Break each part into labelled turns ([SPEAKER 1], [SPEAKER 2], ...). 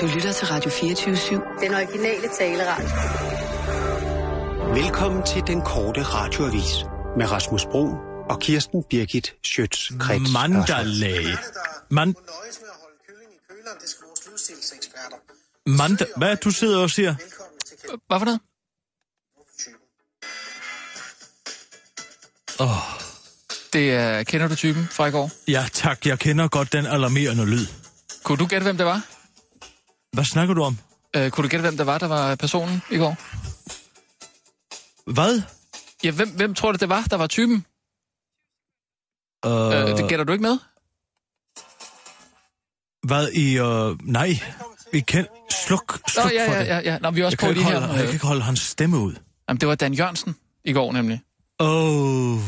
[SPEAKER 1] Du lytter til Radio 24-7.
[SPEAKER 2] Den originale taleradio.
[SPEAKER 3] Velkommen til den korte radioavis med Rasmus Bro og Kirsten Birgit Schøtz-Krets.
[SPEAKER 4] Mandalay. Øh, Man,
[SPEAKER 5] nøjes med at holde kylling i køleren, det skal vores livsstilseksperter.
[SPEAKER 4] manda, hvad er det, du sidder og siger?
[SPEAKER 5] Velkommen til
[SPEAKER 6] Hvad for noget?
[SPEAKER 5] kældertypen.
[SPEAKER 4] Åh,
[SPEAKER 6] Det er Kender du typen fra i går?
[SPEAKER 4] ja tak, jeg kender godt den alarmerende lyd.
[SPEAKER 6] Kunne du gætte, hvem det var?
[SPEAKER 4] Hvad snakker du om?
[SPEAKER 6] Øh, kunne du gætte, hvem det var, der var personen i går?
[SPEAKER 4] Hvad?
[SPEAKER 6] Ja, hvem, hvem tror du, det var, der var typen?
[SPEAKER 4] Øh,
[SPEAKER 6] Øh, det gætter du ikke med?
[SPEAKER 4] Hvad i... Øh, nej, vi kan... Sluk, sluk
[SPEAKER 6] Nå, ja,
[SPEAKER 4] for
[SPEAKER 6] ja,
[SPEAKER 4] det.
[SPEAKER 6] ja, ja. Nå, vi er også
[SPEAKER 4] Jeg
[SPEAKER 6] på
[SPEAKER 4] kan,
[SPEAKER 6] lige
[SPEAKER 4] ikke
[SPEAKER 6] her.
[SPEAKER 4] holde, jeg kan
[SPEAKER 6] Øh,
[SPEAKER 4] ikke holde hans stemme ud.
[SPEAKER 6] Jamen, det var Dan Jørgensen i går nemlig.
[SPEAKER 4] Åh, oh,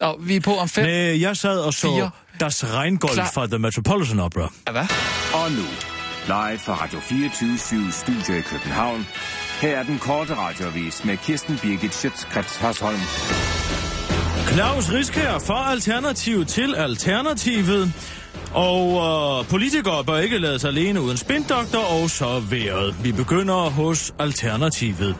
[SPEAKER 6] Nå, vi er på om fem.
[SPEAKER 4] nej, jeg sad og så
[SPEAKER 6] Fire.
[SPEAKER 4] Das Rheingolf
[SPEAKER 6] Klar.
[SPEAKER 4] fra The Metropolitan Opera.
[SPEAKER 6] Ja, hvad?
[SPEAKER 7] Og nu, live fra Radio 24 Studio i København. Her er den korte radiovis med Kirsten Birgit Schøtzgrads Hasholm.
[SPEAKER 4] Claus Riskær for Alternativ til Alternativet. Og øh, politikere bør ikke lade sig alene uden spindokter og så været. Vi begynder hos Alternativet.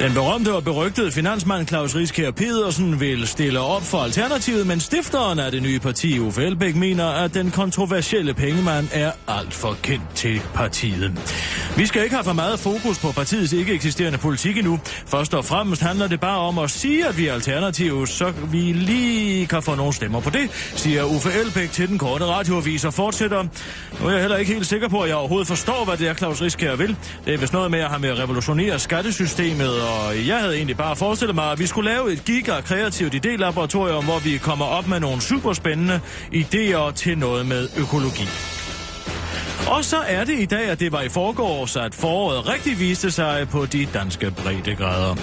[SPEAKER 4] Den berømte og berygtede finansmand Claus Riskær Pedersen vil stille op for Alternativet, men stifteren af det nye parti, Uffe Elbæk, mener, at den kontroversielle pengemand er alt for kendt til partiet. Vi skal ikke have for meget fokus på partiets ikke eksisterende politik endnu. Først og fremmest handler det bare om at sige, at vi er alternative, så vi lige kan få nogle stemmer på det, siger Uffe Elbæk til den korte radioavis og fortsætter. Nu er jeg heller ikke helt sikker på, at jeg overhovedet forstår, hvad det er, Claus Riskær vil. Det er vist noget med, at han vil revolutionere skattesystemet, og jeg havde egentlig bare forestillet mig, at vi skulle lave et giga kreativt idélaboratorium, hvor vi kommer op med nogle superspændende idéer til noget med økologi. Og så er det i dag, at det var i forgårs, at foråret rigtig viste sig på de danske breddegrader.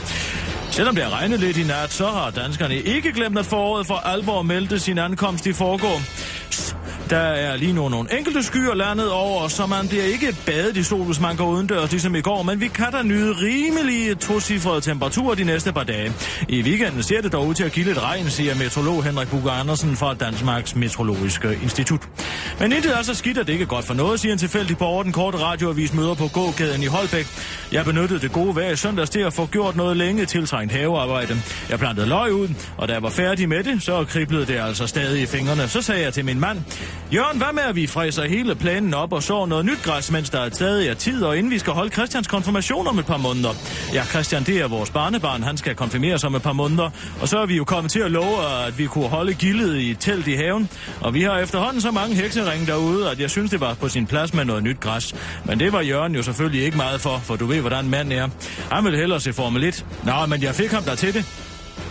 [SPEAKER 4] Selvom det har regnet lidt i nat, så har danskerne ikke glemt, at foråret for alvor meldte sin ankomst i forgårs. Der er lige nu nogle enkelte skyer landet over, så man bliver ikke badet i sol, hvis man går udendørs ligesom i går, men vi kan da nyde rimelige tocifrede temperaturer de næste par dage. I weekenden ser det dog ud til at give lidt regn, siger meteorolog Henrik Bugge Andersen fra Danmarks Meteorologiske Institut. Men intet er så skidt, at det ikke er godt for noget, siger en tilfældig borger. Den korte radioavis møder på gågaden i Holbæk. Jeg benyttede det gode vejr i søndags til at få gjort noget længe tiltrængt havearbejde. Jeg plantede løg ud, og da jeg var færdig med det, så kriblede det altså stadig i fingrene. Så sagde jeg til min mand, Jørgen, hvad med at vi fræser hele planen op og sår noget nyt græs, mens der stadig er tid, og inden vi skal holde Christians konfirmation om et par måneder. Ja, Christian, det er vores barnebarn, han skal konfirmeres om et par måneder, og så er vi jo kommet til at love, at vi kunne holde gildet i et telt i haven, og vi har efterhånden så mange hekseringe derude, at jeg synes, det var på sin plads med noget nyt græs. Men det var Jørgen jo selvfølgelig ikke meget for, for du ved, hvordan mand er. Han ville hellere se Formel 1. Nå, men jeg fik ham der til det.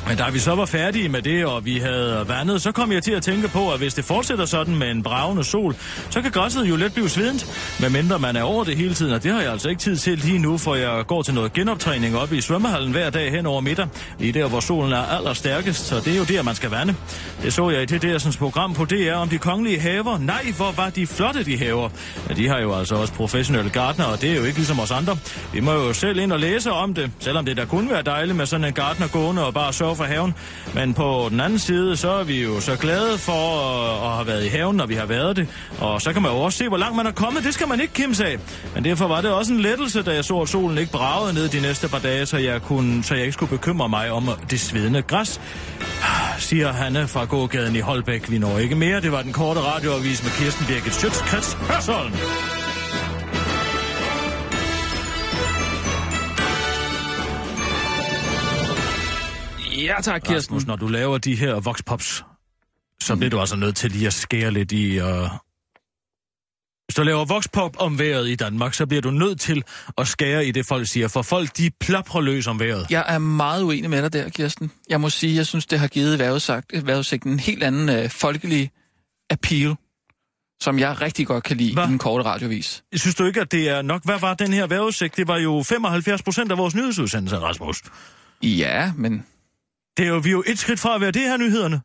[SPEAKER 4] Men da vi så var færdige med det, og vi havde vandet, så kom jeg til at tænke på, at hvis det fortsætter sådan med en bravende sol, så kan græsset jo let blive svedent, medmindre man er over det hele tiden, og det har jeg altså ikke tid til lige nu, for jeg går til noget genoptræning op i svømmehallen hver dag hen over middag, lige der, hvor solen er allerstærkest, så det er jo der, man skal vande. Det så jeg i det dersens program på DR om de kongelige haver. Nej, hvor var de flotte, de haver. Men de har jo altså også professionelle gartnere, og det er jo ikke ligesom os andre. Vi må jo selv ind og læse om det, selvom det da kunne være dejligt med sådan en gartner gående og bare sørge for haven. Men på den anden side, så er vi jo så glade for øh, at have været i haven, når vi har været det. Og så kan man jo også se, hvor langt man er kommet. Det skal man ikke kimse af. Men derfor var det også en lettelse, da jeg så, at solen ikke bragede ned de næste par dage, så jeg, kunne, så jeg ikke skulle bekymre mig om det svedende græs siger Hanne fra gågaden i Holbæk. Vi når ikke mere. Det var den korte radioavis med Kirsten Birgit Schøtz, Krets Hørsholm.
[SPEAKER 6] Ja tak, Kirsten.
[SPEAKER 4] Rasmus, når du laver de her voxpops, så bliver
[SPEAKER 6] Mm.
[SPEAKER 4] du altså nødt til lige at skære lidt i... Øh... Hvis du laver voxpop om vejret i Danmark, så bliver du nødt til at skære i det, folk siger. For folk, de plaprer løs om vejret.
[SPEAKER 6] Jeg er meget uenig med dig der, Kirsten. Jeg må sige, jeg synes, det har givet vejrudsigt- vejrudsigten en helt anden øh, folkelig appeal, som jeg rigtig godt kan lide
[SPEAKER 4] Hva?
[SPEAKER 6] i den korte radiovis.
[SPEAKER 4] Synes du ikke, at det er nok? Hvad var den her vejrudsigt? Det var jo 75 procent af vores nyhedsudsendelse, Rasmus.
[SPEAKER 6] Ja, men...
[SPEAKER 4] Det er jo, vi er jo et skridt fra at være det her nyhederne.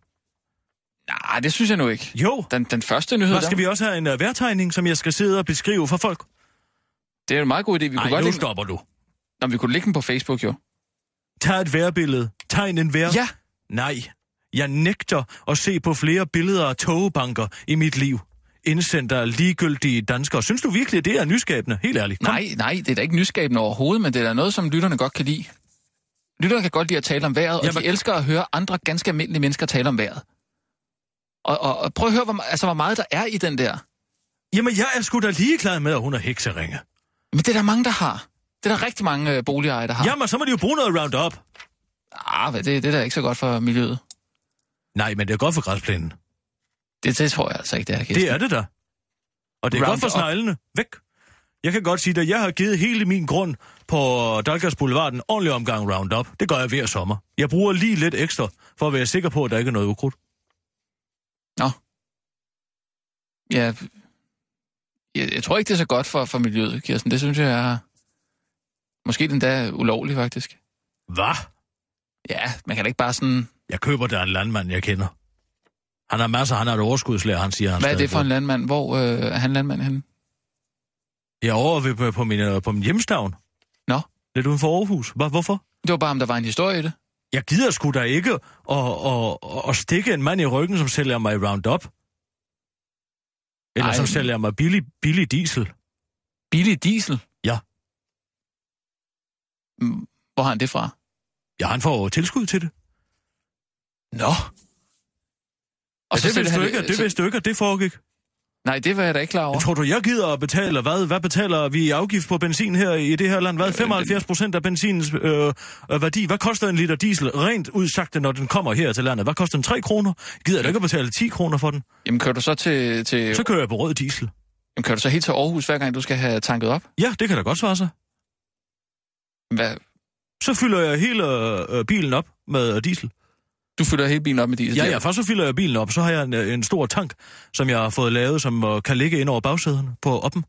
[SPEAKER 6] Nej, det synes jeg nu ikke.
[SPEAKER 4] Jo.
[SPEAKER 6] Den, den første nyhed,
[SPEAKER 4] Og skal vi også have en uh, vejrtegning, som jeg skal sidde og beskrive for folk?
[SPEAKER 6] det er jo en meget god idé. Vi kunne,
[SPEAKER 4] Nej,
[SPEAKER 6] godt
[SPEAKER 4] nu
[SPEAKER 6] lægge,
[SPEAKER 4] stopper du.
[SPEAKER 6] Nå, vi kunne lægge den på Facebook, jo.
[SPEAKER 4] Tag et vejrbillede. Tegn en vejr.
[SPEAKER 6] Ja,
[SPEAKER 4] Nej, jeg nægter at se på flere billeder af togebanker i mit liv. indsendt af ligegyldige danskere. Synes du virkelig, det er nysskabende? Helt ærligt. Kom.
[SPEAKER 6] Nej, nej, det er da ikke nyskabende overhovedet, men det er da noget, som lytterne godt kan lide. Lytterne kan godt lide at tale om vejret, og
[SPEAKER 4] Jamen-
[SPEAKER 6] de elsker at høre andre ganske almindelige mennesker tale om vejret. Og, og, og prøv at høre, hvor, me- altså, hvor meget der er i den der.
[SPEAKER 4] Jamen, jeg er sgu da ligeglad med, at hun er hekseringe.
[SPEAKER 6] Men det er der mange, der har. Det er der rigtig mange øh, boligejere, der har.
[SPEAKER 4] Jamen, så må de jo bruge noget Roundup.
[SPEAKER 6] Ah, hvad, det, det er da ikke så godt for miljøet.
[SPEAKER 4] Nej, men det er godt for græsplænen.
[SPEAKER 6] Det, det tror jeg altså ikke, det er. Kirsten.
[SPEAKER 4] Det er det da. Og det er godt for
[SPEAKER 6] Roundup.
[SPEAKER 4] sneglene. Væk. Jeg kan godt sige dig, at jeg har givet hele min grund på Dalgas Boulevard en ordentlig omgang Roundup. Det gør jeg hver sommer. Jeg bruger lige lidt ekstra, for at være sikker på, at der ikke er noget ukrudt.
[SPEAKER 6] Ja, jeg, jeg tror ikke, det er så godt for, for miljøet, Kirsten. Det synes jeg er... Måske den der ulovlig, faktisk.
[SPEAKER 4] Hvad?
[SPEAKER 6] Ja, man kan da ikke bare sådan...
[SPEAKER 4] Jeg køber der en landmand, jeg kender. Han har masser, han har et overskudslager, han siger. Han
[SPEAKER 6] Hvad er
[SPEAKER 4] stadig
[SPEAKER 6] det for en
[SPEAKER 4] bruger.
[SPEAKER 6] landmand? Hvor øh, er han landmand henne?
[SPEAKER 4] Jeg er over ved, på, på, min, øh, på min hjemstavn.
[SPEAKER 6] Nå.
[SPEAKER 4] Lidt uden for Aarhus. Hva, hvorfor?
[SPEAKER 6] Det var bare, om der var en historie i det.
[SPEAKER 4] Jeg gider sgu da ikke at, at, at, at stikke en mand i ryggen, som sælger mig Roundup. Eller
[SPEAKER 6] Ej.
[SPEAKER 4] Ej. som sælger mig billig, billig diesel.
[SPEAKER 6] Billig diesel?
[SPEAKER 4] Ja.
[SPEAKER 6] Mm, Hvor har han det fra?
[SPEAKER 4] Ja, han får jo tilskud til det.
[SPEAKER 6] Nå.
[SPEAKER 4] Og ja, det,
[SPEAKER 6] sælger
[SPEAKER 4] vidste du
[SPEAKER 6] han
[SPEAKER 4] ikke, at- det
[SPEAKER 6] så-
[SPEAKER 4] vidste du ikke, at det foregik.
[SPEAKER 6] Nej, det var jeg da ikke klar over.
[SPEAKER 4] Tror du, jeg gider at betale? Hvad, hvad betaler vi i afgift på benzin her i det her land?
[SPEAKER 6] Øh,
[SPEAKER 4] Hvad? 75 procent af benzinens øh, øh, værdi. Hvad koster en liter diesel? Rent udsagt, når den kommer her til landet. Hvad koster den? 3 kroner? Gider du ikke at betale 10 kroner for den?
[SPEAKER 6] Jamen, kører du så, til, til,
[SPEAKER 4] Så kører jeg på rød diesel.
[SPEAKER 6] jamen, kører du så helt til Aarhus, hver gang du skal have tanket op?
[SPEAKER 4] Ja, det kan da godt svare sig.
[SPEAKER 6] Hvad?
[SPEAKER 4] Så fylder jeg hele øh, bilen op med øh, diesel.
[SPEAKER 6] Du fylder hele bilen op med diesel?
[SPEAKER 4] Ja,
[SPEAKER 6] Det
[SPEAKER 4] ja,
[SPEAKER 6] er-
[SPEAKER 4] først så fylder jeg bilen op, så har jeg en, øh, en stor tank, som jeg har fået lavet, som øh, kan ligge ind over bagsæderne på oppen.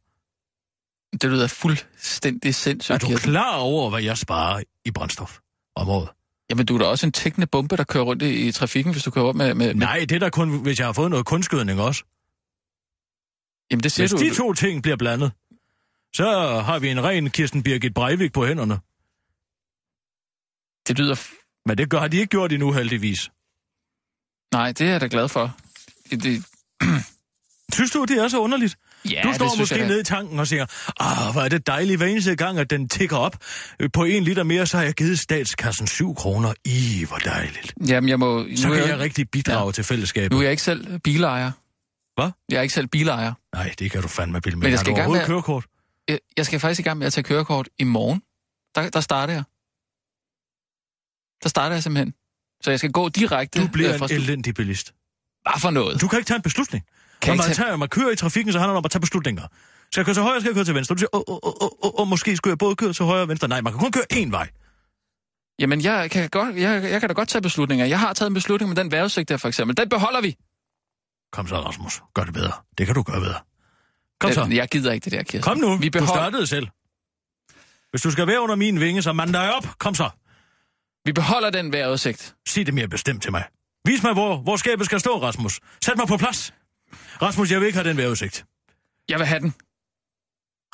[SPEAKER 6] Det lyder fuldstændig sindssygt.
[SPEAKER 4] Er du
[SPEAKER 6] Kirsten.
[SPEAKER 4] klar over, hvad jeg sparer i brændstof om året?
[SPEAKER 6] Jamen, du er da også en tækkende bombe, der kører rundt i, i trafikken, hvis du kører op med... med Med,
[SPEAKER 4] Nej, det er da kun, hvis jeg har fået noget kunstgødning også.
[SPEAKER 6] jamen, det siger
[SPEAKER 4] Hvis
[SPEAKER 6] du...
[SPEAKER 4] de to ting bliver blandet, så har vi en ren Kirsten Birgit Breivik på hænderne.
[SPEAKER 6] Det lyder... f-
[SPEAKER 4] Men det gør- har de ikke gjort endnu, heldigvis.
[SPEAKER 6] Nej, det er jeg da glad for. Det, det,
[SPEAKER 4] Synes du, det er så underligt?
[SPEAKER 6] ja,
[SPEAKER 4] Ja, du
[SPEAKER 6] det
[SPEAKER 4] står
[SPEAKER 6] synes jeg
[SPEAKER 4] måske
[SPEAKER 6] da.
[SPEAKER 4] nede i tanken og siger, ah, hvor er det dejligt hver eneste gang, at den tikker op. Øh, På en liter mere, så har jeg givet statskassen 7 kroner. I, hvor dejligt.
[SPEAKER 6] Jamen, jeg må...
[SPEAKER 4] Så
[SPEAKER 6] nu, er
[SPEAKER 4] kan
[SPEAKER 6] jeg,
[SPEAKER 4] jeg rigtig bidrage til fællesskabet.
[SPEAKER 6] nu er jeg ikke selv bilejer.
[SPEAKER 4] Hvad?
[SPEAKER 6] Jeg er ikke selv bilejer.
[SPEAKER 4] Nej, det kan du fandme bilde med.
[SPEAKER 6] Men jeg
[SPEAKER 4] Har
[SPEAKER 6] skal
[SPEAKER 4] du
[SPEAKER 6] i gang
[SPEAKER 4] overhovedet
[SPEAKER 6] med-
[SPEAKER 4] kørekort?
[SPEAKER 6] Jeg, jeg skal faktisk i gang med at tage kørekort i morgen. Der, der starter jeg. Der starter jeg simpelthen. Så jeg skal gå direkte...
[SPEAKER 4] Du bliver
[SPEAKER 6] øh, fra
[SPEAKER 4] en
[SPEAKER 6] stu-
[SPEAKER 4] elendig bilist.
[SPEAKER 6] Hvad for noget?
[SPEAKER 4] Du kan ikke tage en beslutning.
[SPEAKER 6] Kan
[SPEAKER 4] Kan
[SPEAKER 6] ikke
[SPEAKER 4] når, man
[SPEAKER 6] tage-
[SPEAKER 4] tager, når man kører i trafikken, så handler det om at tage beslutninger. Skal jeg køre til højre, skal jeg køre til venstre? Du siger, åh, åh, åh, åh, åh, åh, måske skulle jeg både køre til højre og venstre. Nej, man kan kun køre én vej.
[SPEAKER 6] Jamen, jeg kan, godt, jeg, jeg kan da godt tage beslutninger. Jeg har taget en beslutning med den vejrudsigt der, for eksempel. Den beholder vi.
[SPEAKER 4] Kom så, Rasmus. Gør det bedre. Det kan du gøre bedre. Kom så.
[SPEAKER 6] Øh, Jeg, jeg gider ikke det der, Kirsten.
[SPEAKER 4] Kom nu.
[SPEAKER 6] Vi
[SPEAKER 4] Du
[SPEAKER 6] beholder,
[SPEAKER 4] startede selv. Hvis du skal være under min vinge, så mand dig op. Kom så.
[SPEAKER 6] vi beholder den vejrudsigt.
[SPEAKER 4] Sig det mere bestemt til mig. Vis mig, hvor, hvor skabet skal stå, Rasmus. Sæt mig på plads. Rasmus, jeg vil ikke have den vejrudsigt.
[SPEAKER 6] Jeg vil have den.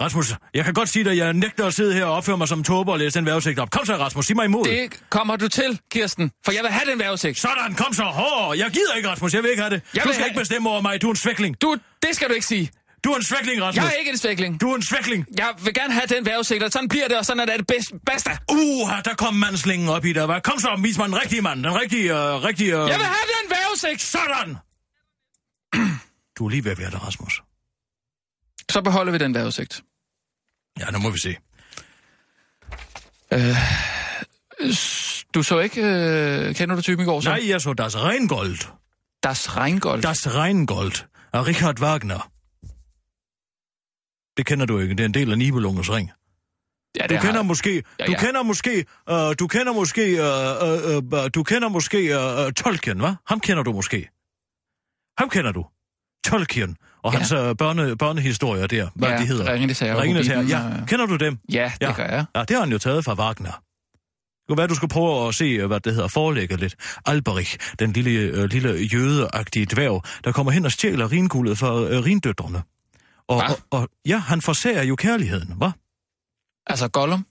[SPEAKER 4] Rasmus, jeg kan godt sige dig, at jeg nægter at sidde her og opføre mig som tåber og læse den vejrudsigt op. Kom så, Rasmus, sig mig imod.
[SPEAKER 6] Det kommer du til, Kirsten, for jeg vil have den vejrudsigt.
[SPEAKER 4] Sådan, kom så hård. Jeg gider ikke, Rasmus. Jeg vil ikke have det.
[SPEAKER 6] Jeg
[SPEAKER 4] du
[SPEAKER 6] vil
[SPEAKER 4] skal
[SPEAKER 6] have
[SPEAKER 4] ikke
[SPEAKER 6] det.
[SPEAKER 4] bestemme over mig. Du er en svækling.
[SPEAKER 6] Du, det skal du ikke sige.
[SPEAKER 4] Du er en svækling, Rasmus.
[SPEAKER 6] Jeg er ikke en svækling.
[SPEAKER 4] Du er en svækling.
[SPEAKER 6] Jeg vil gerne have den vejrudsigt, og sådan bliver det, og sådan er det bedst. Basta.
[SPEAKER 4] Uh, der kom mandslingen op i dig. Hvad? Kom så, vis mig den rigtige mand. Den rigtige, øh, rigtige... Øh...
[SPEAKER 6] Jeg vil have den vejrudsigt.
[SPEAKER 4] Sådan! du er lige ved at være der, Rasmus.
[SPEAKER 6] Så beholder vi den vejrudsigt.
[SPEAKER 4] Ja, nu må vi se.
[SPEAKER 6] Du så ikke, øh, kender du typen i går? Så?
[SPEAKER 4] Nej, jeg så Das Reingold.
[SPEAKER 6] Das Reingold.
[SPEAKER 4] Das Reingold af Richard Wagner. Det kender du ikke. Det er en del af Nibelungens ring.
[SPEAKER 6] ja, det
[SPEAKER 4] Du
[SPEAKER 6] har
[SPEAKER 4] kender
[SPEAKER 6] jeg.
[SPEAKER 4] måske,
[SPEAKER 6] Ja,
[SPEAKER 4] du
[SPEAKER 6] ja.
[SPEAKER 4] kender måske, øh, du kender måske, øh, øh, øh, øh, du kender måske øh, øh, Tolkien, hva'? Ham kender du måske. Ham kender du. Tolkien og
[SPEAKER 6] Ja.
[SPEAKER 4] hans øh, børne, børnehistorier der, hvad
[SPEAKER 6] Ja,
[SPEAKER 4] de hedder.
[SPEAKER 6] Ringenes Herre og øh.
[SPEAKER 4] Ringenes Herre.
[SPEAKER 6] Hobbitten
[SPEAKER 4] Ja,
[SPEAKER 6] og-
[SPEAKER 4] kender du dem?
[SPEAKER 6] Ja, det gør jeg.
[SPEAKER 4] Ja, det har han jo taget fra Wagner. Det kunne være, du skulle prøve at se, øh, hvad det hedder, forelægget lidt. Alberich, den lille, øh, lille jødeagtige dværg, der kommer hen og stjæler ringuldet fra øh, rindøtrene. Og,
[SPEAKER 6] Hva?
[SPEAKER 4] og, og, ja, han forsager jo kærligheden, hva'?
[SPEAKER 6] Altså Gollum.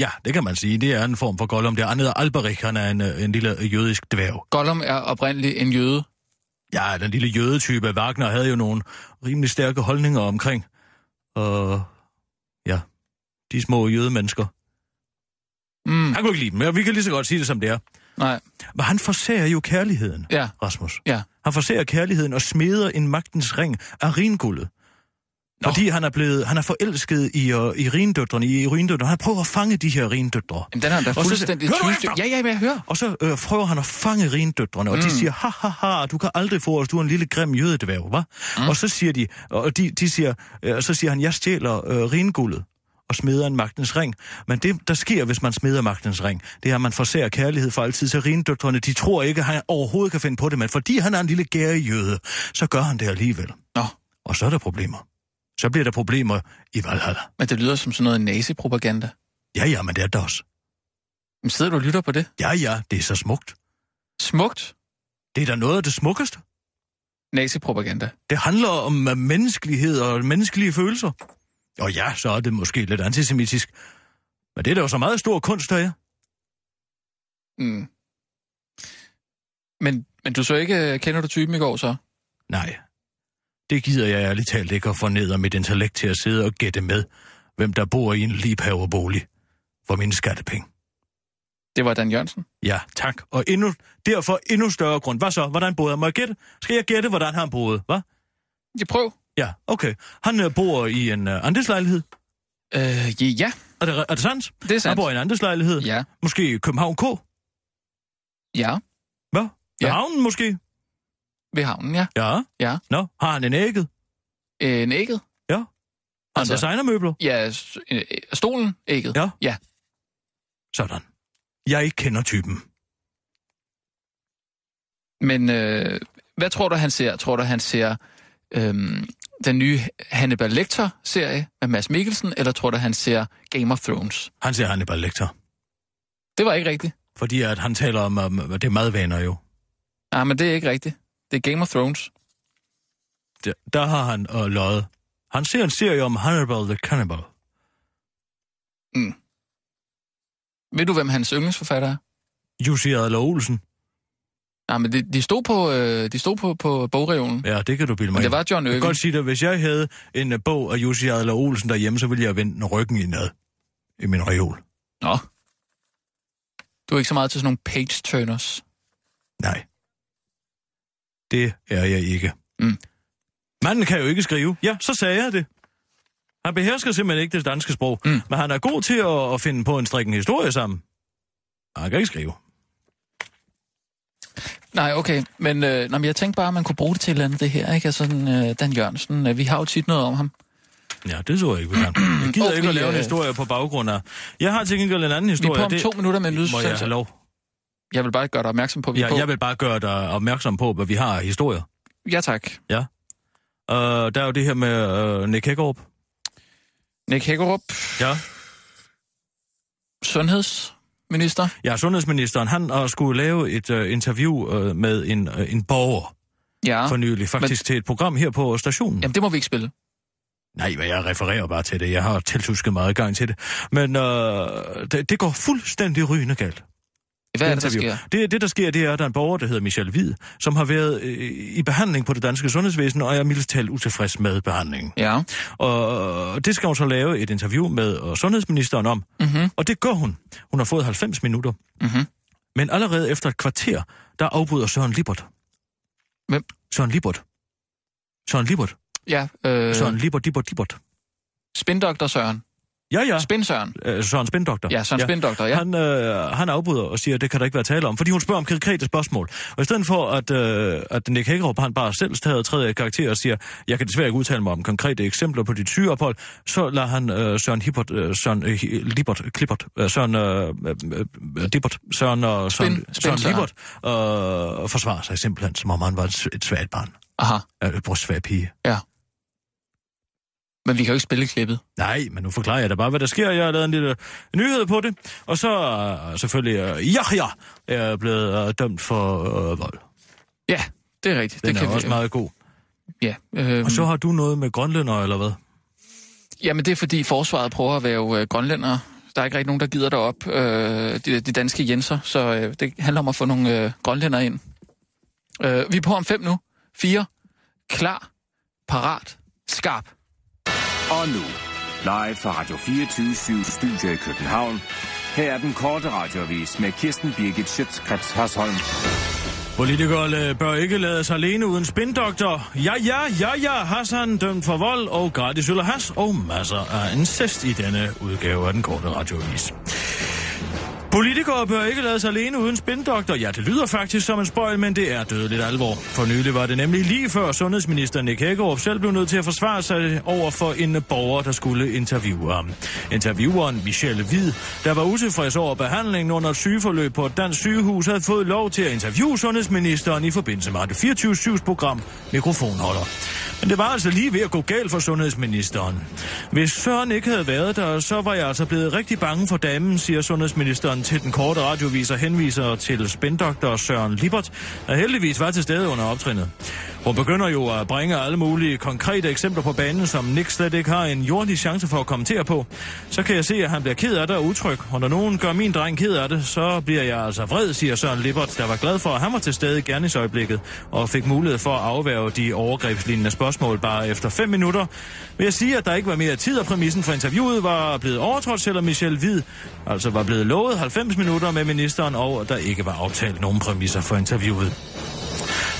[SPEAKER 4] Ja, det kan man sige. Det er en form for Gollum. Det er, han hedder Alberich. Han er en, øh, en lille jødisk øh, dværg.
[SPEAKER 6] Gollum er oprindeligt en jøde.
[SPEAKER 4] Ja, den lille jødetype af Wagner havde jo nogle rimelig stærke holdninger omkring. Og ja, de små jødemennesker.
[SPEAKER 6] Mm,
[SPEAKER 4] Han kunne ikke lide dem, men vi kan lige så godt sige det som det er.
[SPEAKER 6] nej,
[SPEAKER 4] Men han forsager jo kærligheden,
[SPEAKER 6] ja,
[SPEAKER 4] Rasmus.
[SPEAKER 6] ja.
[SPEAKER 4] Han forsager kærligheden og smeder en magtens ring af ringuldet.
[SPEAKER 6] Nå.
[SPEAKER 4] Fordi han er blevet, han er forelsket i, uh, i rindøtrene, i rindøtrene. Han prøver at fange de her rindøtre.
[SPEAKER 6] Jamen, den har han da
[SPEAKER 4] Og så-
[SPEAKER 6] fuldstændig
[SPEAKER 4] Hør nu
[SPEAKER 6] tyst.
[SPEAKER 4] efter!
[SPEAKER 6] Ja, ja, men jeg hører.
[SPEAKER 4] Og så øh, prøver han at fange rendøtrene, og mm. de siger, ha, ha, ha, du kan aldrig få os, du er en lille grim jødedværg, hva? Mm. Og så siger de, og de, de siger, øh, så siger han, jeg stjæler øh, renguldet og smider en magtens ring. Men det, der sker, hvis man smider magtens ring, det er, at man forser kærlighed for altid til rendøtrene. De tror ikke, at han overhovedet kan finde på det, men fordi han er en lille gære jøde, så gør han det alligevel.
[SPEAKER 6] Nå,
[SPEAKER 4] Og så er der problemer. Så bliver der problemer i Valhalla.
[SPEAKER 6] men det lyder som sådan noget nazipropaganda.
[SPEAKER 4] Ja, ja, men det er der også.
[SPEAKER 6] Men sidder du og lytter på det?
[SPEAKER 4] Ja, ja, det er så smukt.
[SPEAKER 6] Smukt
[SPEAKER 4] Det er da noget af det smukkeste.
[SPEAKER 6] nazipropaganda.
[SPEAKER 4] Det handler om øh, menneskelighed og menneskelige følelser. Og ja, så er det måske lidt antisemitisk. Men det er da jo så meget stor kunst, der er.
[SPEAKER 6] Mm. Men, men du så ikke, øh, kender du typen i går så?
[SPEAKER 4] Nej. Det gider jeg ærligt talt ikke at fornedre mit intellekt til at sidde og gætte med, hvem der bor i en libhaverbolig for mine skattepenge.
[SPEAKER 6] Det var Dan Jørgensen.
[SPEAKER 4] Ja, tak. Og endnu, derfor endnu større grund. Hvad så? Hvordan boede han? Må jeg gætte? Skal jeg gætte, hvordan han boede? Hvad?
[SPEAKER 6] Ja, prøv.
[SPEAKER 4] Ja, okay. Han øh, bor i en øh, andelslejlighed.
[SPEAKER 6] Øh, ja, ja,
[SPEAKER 4] Er det, er det sandt?
[SPEAKER 6] det er
[SPEAKER 4] Han
[SPEAKER 6] sandt.
[SPEAKER 4] bor i en andelslejlighed. Ja.
[SPEAKER 6] Ja,
[SPEAKER 4] Måske i København K?
[SPEAKER 6] ja,
[SPEAKER 4] Hvad? Ja.
[SPEAKER 6] Ja.
[SPEAKER 4] Havnen måske?
[SPEAKER 6] ved havnen, ja.
[SPEAKER 4] Ja.
[SPEAKER 6] Ja.
[SPEAKER 4] Nå, har han en ægget?
[SPEAKER 6] Øh, nækket.
[SPEAKER 4] Har han
[SPEAKER 6] Altså-
[SPEAKER 4] designermøbler?
[SPEAKER 6] Ja, s- øh, stolen, ægget.
[SPEAKER 4] Ja.
[SPEAKER 6] Ja,
[SPEAKER 4] Sådan. Jeg ikke kender typen.
[SPEAKER 6] men øh, hvad tror du, han ser? Tror du, han ser øh, den nye Hannibal Lecter-serie med Mads Mikkelsen, eller tror du, han ser Game of Thrones?
[SPEAKER 4] Han ser Hannibal Lecter.
[SPEAKER 6] Det var ikke rigtigt.
[SPEAKER 4] Fordi at han taler om, om det er madvaner jo.
[SPEAKER 6] Nej, Ah, men det er ikke rigtigt. Det er Game of Thrones.
[SPEAKER 4] Der, der har han øh, løjet. Han ser en serie om Hannibal the Cannibal.
[SPEAKER 6] Ved du, hvem hans yndlingsforfatter er?
[SPEAKER 4] Jussi Adler Olsen.
[SPEAKER 6] Nej, men de, de stod på, øh, de stod på, på bogreolen.
[SPEAKER 4] Ja, det kan du bilde mig
[SPEAKER 6] Men det
[SPEAKER 4] ind.
[SPEAKER 6] var John
[SPEAKER 4] Jeg kan
[SPEAKER 6] Irving.
[SPEAKER 4] godt sige dig, hvis jeg havde en øh, bog af Jussi Adler Olsen derhjemme, så ville jeg vende ryggen indad i min reol.
[SPEAKER 6] Nå. Du er ikke så meget til sådan nogle page-turners.
[SPEAKER 4] Nej. Det er jeg ikke.
[SPEAKER 6] Mm.
[SPEAKER 4] Manden kan jo ikke skrive. Ja, så sagde jeg det. Han behersker simpelthen ikke det danske sprog,
[SPEAKER 6] Mm.
[SPEAKER 4] men han er god til at, at finde på en strikken historie sammen. Han kan ikke skrive.
[SPEAKER 6] Nej, okay. Men, øh, nå, men jeg tænkte bare, at man kunne bruge det til et eller andet, det her. Ikke? Altså, sådan, øh, Dan Jørgensen, øh, vi har jo tit noget om ham.
[SPEAKER 4] Ja, det tror jeg ikke, vi kan. Jeg gider
[SPEAKER 6] Og
[SPEAKER 4] ikke at
[SPEAKER 6] vi,
[SPEAKER 4] lave en
[SPEAKER 6] øh,
[SPEAKER 4] historie på baggrund af... Jeg har til gengæld en anden
[SPEAKER 6] Vi er
[SPEAKER 4] historie.
[SPEAKER 6] på om det... to minutter med en
[SPEAKER 4] Må jeg have
[SPEAKER 6] lydsudsendelse. Jeg,
[SPEAKER 4] lov?
[SPEAKER 6] jeg vil bare gøre dig opmærksom på, at vi er
[SPEAKER 4] Ja,
[SPEAKER 6] på.
[SPEAKER 4] jeg vil bare gøre dig opmærksom på, hvad vi har af historier.
[SPEAKER 6] Ja, tak.
[SPEAKER 4] Uh, der er jo det her med uh, Nick Hækkerup.
[SPEAKER 6] Nick Hækkerup,
[SPEAKER 4] Ja.
[SPEAKER 6] sundhedsminister.
[SPEAKER 4] Ja, sundhedsministeren, han uh, skulle lave et uh, interview uh, med en, uh, en borger
[SPEAKER 6] Ja.
[SPEAKER 4] for nylig, faktisk Men... til et program her på stationen.
[SPEAKER 6] Ah, Jamen, det må vi ikke spille.
[SPEAKER 4] Nej, hvad jeg refererer bare til det. Jeg har tiltusket meget gang til det. Men øh, det, det går fuldstændig rygende galt.
[SPEAKER 6] Hvad er det, der
[SPEAKER 4] interview.
[SPEAKER 6] sker?
[SPEAKER 4] Det, det, der sker, det er, at der er en borger, der hedder Michel Hvid, som har været øh, i behandling på det danske sundhedsvæsen, og er mildest talt utilfreds med behandlingen.
[SPEAKER 6] Ja.
[SPEAKER 4] Og øh, det skal hun så lave et interview med øh, sundhedsministeren om.
[SPEAKER 6] Mhm.
[SPEAKER 4] Og det gør hun. Hun har fået 90 minutter.
[SPEAKER 6] Mhm.
[SPEAKER 4] Men allerede efter et kvarter, der afbryder Søren Libert.
[SPEAKER 6] Hvem?
[SPEAKER 4] Søren Libert. Søren Libert.
[SPEAKER 6] Ja, øh,
[SPEAKER 4] Søren Libert, Libert, Libert.
[SPEAKER 6] spindoktor Søren.
[SPEAKER 4] Ja, ja.
[SPEAKER 6] Spindsøren.
[SPEAKER 4] Øh, Søren Spindokter.
[SPEAKER 6] Ja, Søren ja. Spindoktor, ja.
[SPEAKER 4] Han, øh, han afbryder og siger, at det kan der ikke være tale om, fordi hun spørger om konkrete spørgsmål. Og i stedet for, at, øh, at Nick Hækkerup, han bare selv tager tredje karakter og siger, jeg kan desværre ikke udtale mig om konkrete eksempler på dit sygeophold, så lader han øh, Søren Hippert, øh, Søren øh, Libert, Klippert, øh, Søren øh, øh, Dippert, Søren, øh, Søren,
[SPEAKER 6] Spin-
[SPEAKER 4] Søren
[SPEAKER 6] Spin-
[SPEAKER 4] Libert øh, forsvarer sig simpelthen, som om han var et, s- et svært barn.
[SPEAKER 6] Aha.
[SPEAKER 4] Øh, et brystsvagt pige.
[SPEAKER 6] Men vi kan jo ikke spille klippet.
[SPEAKER 4] Nej, men nu forklarer jeg dig bare, hvad der sker. Jeg har lavet en lille nyhed på det. Og så øh, selvfølgelig, øh, Yahya er blevet øh, dømt for øh, vold.
[SPEAKER 6] Ja, det er rigtigt.
[SPEAKER 4] Den
[SPEAKER 6] det
[SPEAKER 4] det
[SPEAKER 6] kan
[SPEAKER 4] er også
[SPEAKER 6] vi,
[SPEAKER 4] meget god.
[SPEAKER 6] Ja. Øh,
[SPEAKER 4] Og så har du noget med grønlænder, eller hvad?
[SPEAKER 6] Jamen, det er fordi forsvaret prøver at være øh, grønlændere. Der er ikke rigtig nogen, der gider derop, øh, de, de danske jenser, så øh, det handler om at få nogle øh, grønlændere ind. Øh, vi er på om fem nu. 4. Klar, parat, skarp.
[SPEAKER 7] Og nu, live fra Radio 24 Studio i København. Her er den korte radiovis med Kirsten Birgit Schøtzgrads Hasholm.
[SPEAKER 4] Politikere øh, bør ikke lade sig alene uden spindoktor. Ja, ja, ja, ja, Hassan dømt for vold og gratis øl og has og masser af incest i denne udgave af den korte radioavis. Politikere bør ikke lade sig alene uden spindoktor. Ja, det lyder faktisk som en spøjl, men det er dødeligt alvor. For nylig var det nemlig lige før sundhedsminister Nick Hækkerup selv blev nødt til at forsvare sig over for en borger, der skulle interviewe ham. Intervieweren Michelle Hvid, der var utilfreds over behandlingen under et sygeforløb på et dansk sygehus, havde fået lov til at interviewe sundhedsministeren i forbindelse med det 24 program Mikrofonholder. Men det var altså lige ved at gå galt for sundhedsministeren. Hvis Søren ikke havde været der, så var jeg altså blevet rigtig bange for damen, siger sundhedsministeren til den korte radiovis og henviser til spændoktor Søren Libert, der heldigvis var til stede under optrinnet. Hun begynder jo at bringe alle mulige konkrete eksempler på banen, som Nick slet ikke har en jordig chance for at kommentere på. Så kan jeg se, at han bliver ked af det og utryg, og når nogen gør min dreng ked af det, så bliver jeg altså vred, siger Søren Libert, der var glad for, at han var til stede i gerningsøjeblikket og fik mulighed for at afværge de overgrebslignende spørgsmål bare efter 5 minutter. Vil jeg sige, at der ikke var mere tid, og præmissen for interviewet var blevet overtrådt, selvom Michel Hvid altså var blevet lovet 90 minutter med ministeren, og der ikke var aftalt nogen præmisser for interviewet.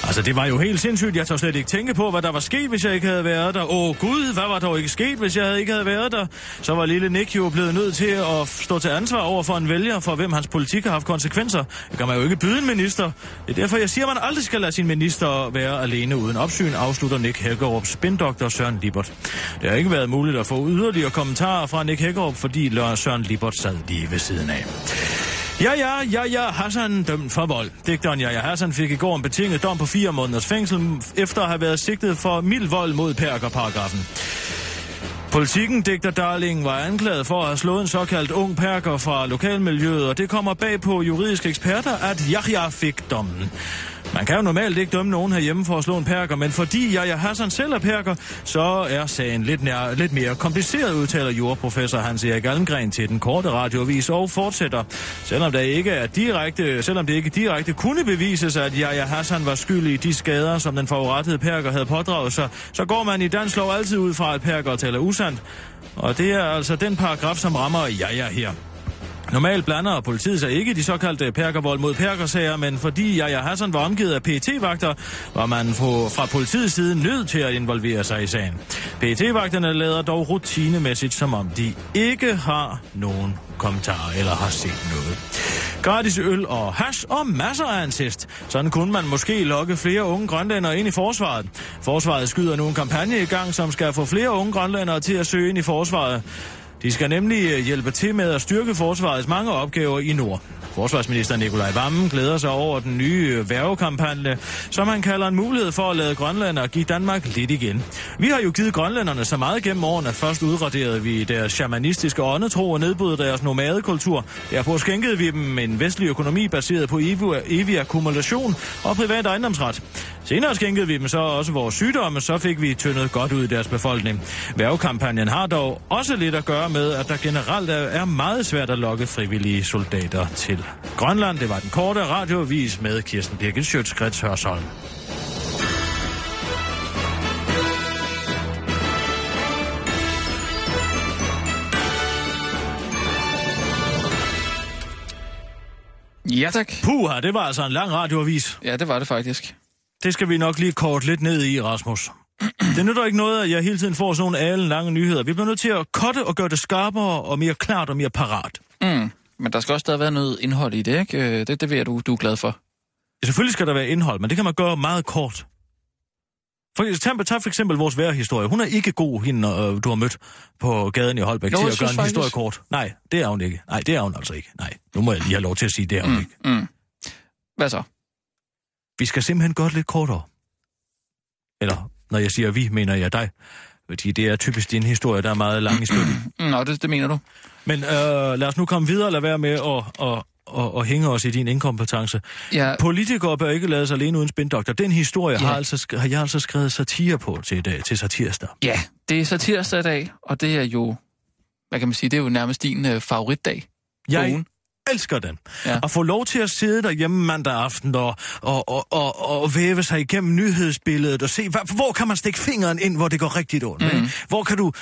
[SPEAKER 4] Altså, det var jo helt sindssygt. Jeg tør slet ikke tænke på, hvad der var sket, hvis jeg ikke havde været der. Åh gud, hvad var dog ikke sket, hvis jeg ikke havde været der? Så var lille Nick jo blevet nødt til at stå til ansvar over for en vælger, for hvem hans politik har haft konsekvenser. Det kan man jo ikke byde en minister. Det er derfor, jeg siger, at man aldrig skal lade sin minister være alene uden opsyn, afslutter Nick Hækkerup, spindoktor Søren Libert. Det har ikke været muligt at få yderligere kommentarer fra Nick Hækkerup, fordi Lars Søren Libert sad lige ved siden af. Ja, ja, ja, ja, Hassan dømt for vold. Digteren Jaja Hassan fik i går en betinget dom på fire måneders fængsel, efter at have været sigtet for mild vold mod perkerparagrafen. Politikken digter Darling var anklaget for at have slået en såkaldt ung perker fra lokalmiljøet, og det kommer bag på juridiske eksperter, at Yahya fik dommen. Man kan jo normalt ikke dømme nogen herhjemme for at slå en perker, men fordi Yahya Hassan selv er perker, så er sagen lidt, nær, lidt mere kompliceret, udtaler juraprofessor Hans-Erik Almgren til den korte radiovis og fortsætter. Selvom, der ikke er direkte, selvom det ikke direkte kunne bevises, at Yahya Hassan var skyldig i de skader, som den forurettede perker havde pådraget sig, så går man i dansk lov altid ud fra, at perker taler usandt. Og det er altså den paragraf, som rammer Yahya her. Normalt blander politiet sig ikke i de såkaldte perkervold mod perkersager, men fordi Jaja Hassan var omgivet af pt vagter var man på, fra politiets side nødt til at involvere sig i sagen. pt vagterne lader dog rutinemæssigt, som om de ikke har nogen kommentarer eller har set noget. Gratis øl og hash og masser af ansest. Sådan kunne man måske lokke flere unge grønlændere ind i forsvaret. Forsvaret skyder nu en kampagne i gang, som skal få flere unge grønlændere til at søge ind i forsvaret. De skal nemlig øh, hjælpe til med at styrke forsvarets mange opgaver i Nord. Forsvarsminister Nikolaj Vammen glæder sig over den nye øh, værvekampagne, som han kalder en mulighed for at lade grønlænder give Danmark lidt igen. Vi har jo givet grønlænderne så meget gennem årene, at først udraderede vi deres shamanistiske åndetro og nedbrød deres nomadekultur. Derpå skænkede vi dem en vestlig økonomi baseret på evig, evig akkumulation og privat ejendomsret. Senere skænkede vi dem så også vores sygdomme, så fik vi tyndet godt ud i deres befolkning. Værvekampagnen har dog også lidt at gøre med, at der generelt er- er meget svært at lokke frivillige soldater til Grønland. Det var den korte radiovis med Kirsten Birgit Sjøtskrets Hørsholm.
[SPEAKER 6] Ja tak.
[SPEAKER 4] Puha, det var altså en lang radioavis.
[SPEAKER 6] Ja, det var det faktisk.
[SPEAKER 4] Det skal vi nok lige kort lidt ned i, Rasmus. Det nytter ikke noget, at jeg hele tiden får sådan nogle alen lange nyheder. Vi bliver nødt til at kotte og gøre det skarpere og mere klart og mere parat.
[SPEAKER 6] Mm. Men der skal også stadig være noget indhold i det, ikke? Øh, Det, det ved jeg, du, du er glad for.
[SPEAKER 4] Selvfølgelig skal der være indhold, men det kan man gøre meget kort. For eksempel, tag for eksempel vores vejrhistorie. Hun er ikke god, hende øh, du har mødt på gaden i Holbæk,
[SPEAKER 6] Jo,
[SPEAKER 4] til
[SPEAKER 6] jeg
[SPEAKER 4] at gøre
[SPEAKER 6] synes
[SPEAKER 4] en
[SPEAKER 6] faktisk-
[SPEAKER 4] historie kort. Nej, det er hun ikke. Nej, det er hun altså ikke. Nej, nu må jeg lige have lov til at sige, det er hun mm. ikke.
[SPEAKER 6] Mm. Hvad så?
[SPEAKER 4] Vi skal simpelthen godt lidt kortere. Eller, når jeg siger vi, mener jeg dig. Fordi det er typisk din historie, der er meget lang i spyttet.
[SPEAKER 6] Nå, det, det mener du.
[SPEAKER 4] Men øh, lad os nu komme videre, lad være med at, at, at, at hænge os i din inkompetence.
[SPEAKER 6] Ja,
[SPEAKER 4] Politikere bør ikke lade sig alene uden spindoktor. Den historie
[SPEAKER 6] Ja.
[SPEAKER 4] ja. har, altså, sk- har jeg altså skrevet satire på til i dag, til satirsdag.
[SPEAKER 6] ja, det er så tirsdag i dag, og det er jo, hvad kan man sige, det er jo nærmest din øh, favoritdag. på
[SPEAKER 4] Jeg,
[SPEAKER 6] ugen.
[SPEAKER 4] elsker den. Ja.
[SPEAKER 6] Ja.
[SPEAKER 4] At få lov til at sidde derhjemme mandag aften og, og, og, og, og væve sig igennem nyhedsbilledet og se, hvad, hvor kan man stikke fingeren ind, hvor det går rigtigt ondt.
[SPEAKER 6] Mhm.
[SPEAKER 4] Mm. Hvor kan du...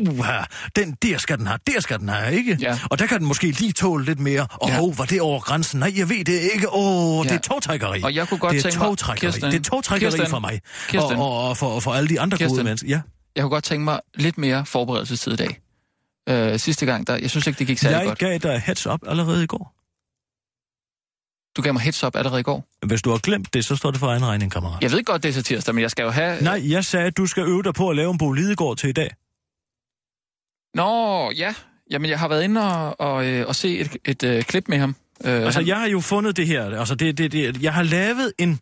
[SPEAKER 4] Uh, den der skal den have, der skal den have, ikke?
[SPEAKER 6] Ja.
[SPEAKER 4] Og der kan den måske lige tåle lidt mere. Og
[SPEAKER 6] Ja.
[SPEAKER 4] ja. oh, var det over grænsen? Nej, jeg ved det ikke. Åh, oh, ja. det
[SPEAKER 6] Ja.
[SPEAKER 4] er togtrækkeri.
[SPEAKER 6] Og jeg kunne godt
[SPEAKER 4] det er
[SPEAKER 6] tænke mig-
[SPEAKER 4] togtrækkeri.
[SPEAKER 6] Kirsten,
[SPEAKER 4] Det er togtrækkeri
[SPEAKER 6] Kirsten,
[SPEAKER 4] for mig.
[SPEAKER 6] Kirsten.
[SPEAKER 4] Og, og, og for, og for alle de andre gode
[SPEAKER 6] Kirsten.
[SPEAKER 4] mennesker. Ja.
[SPEAKER 6] Jeg kunne godt tænke mig lidt mere forberedelsestid i dag. Øh, sidste gang, der, jeg synes ikke, det gik særlig
[SPEAKER 4] jeg
[SPEAKER 6] godt.
[SPEAKER 4] gav dig heads up allerede i går.
[SPEAKER 6] Du gav mig heads up allerede i går.
[SPEAKER 4] Hvis du har glemt det, så står det for egen regning, kammerat.
[SPEAKER 6] Jeg ved godt, det er så tirsdag, men jeg skal jo have...
[SPEAKER 4] Nej, jeg sagde, at du skal øve dig på at lave en Bo Lidegaard til i dag.
[SPEAKER 6] Nå, ja. Jamen, jeg har været inde og, og, øh, og se et, et øh, klip med ham. Øh,
[SPEAKER 4] Altså,
[SPEAKER 6] han-
[SPEAKER 4] jeg har jo fundet det her. Altså, det, det, det, jeg har lavet en...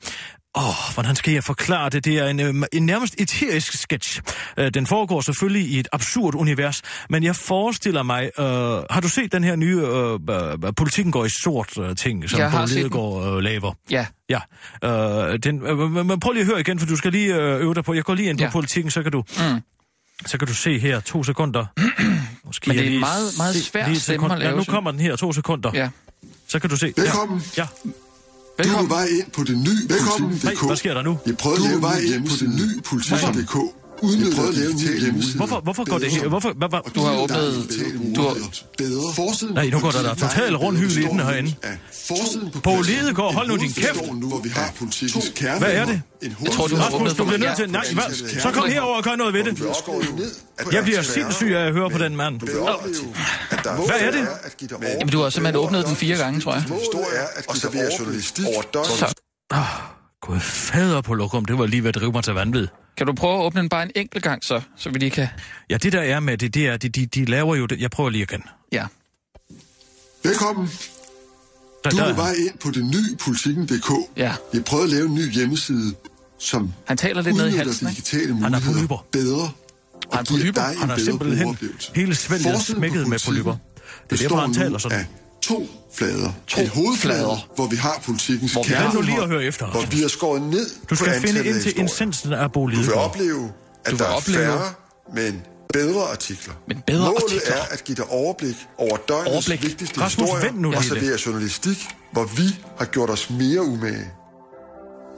[SPEAKER 4] Åh, oh, hvordan skal jeg forklare det? Det er en, øhm, en nærmest eterisk sketch. Øh, Den foregår selvfølgelig i et absurd univers, men jeg forestiller mig... Øh, har du set den her nye øh, øh, Politikken går i sort øh, ting, som
[SPEAKER 6] Jeg har
[SPEAKER 4] Bo
[SPEAKER 6] set den.
[SPEAKER 4] Lidegaard øh, laver?
[SPEAKER 6] Ja,
[SPEAKER 4] Ja, øh, den, øh, men- men prøv lige at høre igen, for du skal lige øh, øve dig på. Jeg går lige ind på ja.
[SPEAKER 6] Ja.
[SPEAKER 4] politikken, så kan du
[SPEAKER 6] Mm.
[SPEAKER 4] så kan du se her to sekunder. Nu skal
[SPEAKER 6] Men
[SPEAKER 4] jeg
[SPEAKER 6] det er en
[SPEAKER 4] lige
[SPEAKER 6] meget, meget
[SPEAKER 4] se-
[SPEAKER 6] svær
[SPEAKER 4] lige et
[SPEAKER 6] stemme
[SPEAKER 4] sekund.
[SPEAKER 6] at lave,
[SPEAKER 4] Ja, nu
[SPEAKER 6] synes jeg.
[SPEAKER 4] kommer den her to sekunder. Ja.
[SPEAKER 6] ja.
[SPEAKER 4] Så kan du se.
[SPEAKER 2] Velkommen.
[SPEAKER 4] Ja.
[SPEAKER 2] Du er
[SPEAKER 6] Velkommen.
[SPEAKER 2] på vej ind på det nye
[SPEAKER 8] Velkommen.
[SPEAKER 2] politik.dk.
[SPEAKER 4] Hey, hvad sker der nu?
[SPEAKER 2] Jeg prøvede
[SPEAKER 8] Du
[SPEAKER 2] at
[SPEAKER 8] er
[SPEAKER 2] lave
[SPEAKER 8] på vej
[SPEAKER 2] en
[SPEAKER 8] ind på
[SPEAKER 2] hjemmeside.
[SPEAKER 8] det nye politik.dk. Uden
[SPEAKER 2] Jeg
[SPEAKER 8] at
[SPEAKER 2] prøvede at lave en ny
[SPEAKER 8] digital
[SPEAKER 2] hjemmeside.
[SPEAKER 8] hjemmeside.
[SPEAKER 4] Hvorfor, hvorfor går det her? Hvorfor, hvad, hvad?
[SPEAKER 8] Og
[SPEAKER 6] Du har
[SPEAKER 8] er
[SPEAKER 6] åbnet-
[SPEAKER 8] dig i digital
[SPEAKER 6] du har-
[SPEAKER 8] brugerfelt. Bedre. Forsiden
[SPEAKER 4] Nej, nu går
[SPEAKER 8] på
[SPEAKER 4] der da
[SPEAKER 8] politikken
[SPEAKER 4] total
[SPEAKER 8] er
[SPEAKER 4] rundhyl i den
[SPEAKER 8] består
[SPEAKER 4] herinde.
[SPEAKER 8] af Forsiden på
[SPEAKER 4] Poul
[SPEAKER 8] pladsen.
[SPEAKER 4] Lidegaard, hold nu
[SPEAKER 8] En
[SPEAKER 4] din
[SPEAKER 8] hovedstad
[SPEAKER 4] kæft.
[SPEAKER 8] står nu, hvor vi har
[SPEAKER 2] To.
[SPEAKER 8] politikens
[SPEAKER 2] Hvad
[SPEAKER 8] kerne.
[SPEAKER 4] er det?
[SPEAKER 6] Jeg tror, du har
[SPEAKER 4] Rasmus, du bliver nødt til... Nej, hvad? Så kom herover og gør noget ved det. Jeg bliver sindssyg af at høre på den mand. Hvad er det?
[SPEAKER 6] Jamen, du har simpelthen åbnet den fire gange, tror jeg.
[SPEAKER 8] Historie er at servere journalistik over døgnet.
[SPEAKER 6] Så
[SPEAKER 4] Gud fader på lokum, det var lige ved at drive mig til vanvid.
[SPEAKER 6] kan du prøve at åbne den bare en enkelt gang, så, så vi lige kan...
[SPEAKER 4] Ja, det der er med det, det er, de, de, de laver jo det. Jeg prøver lige igen.
[SPEAKER 6] Ja.
[SPEAKER 8] Velkommen.
[SPEAKER 4] Der,
[SPEAKER 8] Du er på
[SPEAKER 4] der.
[SPEAKER 8] vej ind på det nye politikken.dk.
[SPEAKER 6] Ja.
[SPEAKER 8] Jeg prøvede at lave en ny hjemmeside, som
[SPEAKER 6] Han taler lidt ned i
[SPEAKER 8] udnytter
[SPEAKER 6] halsen, ikke?
[SPEAKER 8] digitale
[SPEAKER 4] Han er
[SPEAKER 8] muligheder
[SPEAKER 4] polyper.
[SPEAKER 8] bedre og
[SPEAKER 6] Han er
[SPEAKER 8] giver
[SPEAKER 6] polyper.
[SPEAKER 8] dig en
[SPEAKER 4] Han er
[SPEAKER 8] bedre
[SPEAKER 4] simpelthen
[SPEAKER 8] brugeroplevelse.
[SPEAKER 4] hele svælget
[SPEAKER 8] Forsiden på
[SPEAKER 4] smækket med
[SPEAKER 8] Politiken
[SPEAKER 4] polyper. Det er
[SPEAKER 8] består
[SPEAKER 4] derfor, han
[SPEAKER 8] nu
[SPEAKER 4] taler sådan.
[SPEAKER 8] af to flader.
[SPEAKER 6] To
[SPEAKER 8] To en hovedflade,
[SPEAKER 6] flader.
[SPEAKER 8] hvor vi har politikens
[SPEAKER 6] Hvor vi
[SPEAKER 8] kerneindhold,
[SPEAKER 4] har- Vent nu lige at høre efter,
[SPEAKER 8] Hvor
[SPEAKER 4] Rasmus.
[SPEAKER 8] vi har skåret ned
[SPEAKER 4] Du skal
[SPEAKER 8] på
[SPEAKER 4] finde
[SPEAKER 8] antallet
[SPEAKER 4] ind
[SPEAKER 8] af
[SPEAKER 4] til
[SPEAKER 8] historier.
[SPEAKER 4] essensen af Bo
[SPEAKER 8] Du vil
[SPEAKER 4] Lidegaard.
[SPEAKER 8] opleve, at
[SPEAKER 6] Du
[SPEAKER 8] der
[SPEAKER 6] vil
[SPEAKER 8] er
[SPEAKER 6] opleve-
[SPEAKER 8] færre, men bedre artikler.
[SPEAKER 6] Men bedre
[SPEAKER 8] Målet
[SPEAKER 6] artikler.
[SPEAKER 8] er at give dig overblik over døgnets
[SPEAKER 6] Overblik.
[SPEAKER 8] vigtigste
[SPEAKER 4] Rasmus,
[SPEAKER 8] historier
[SPEAKER 4] vent nu
[SPEAKER 8] og
[SPEAKER 4] lige lidt.
[SPEAKER 8] servere journalistik, hvor vi har gjort os mere umage.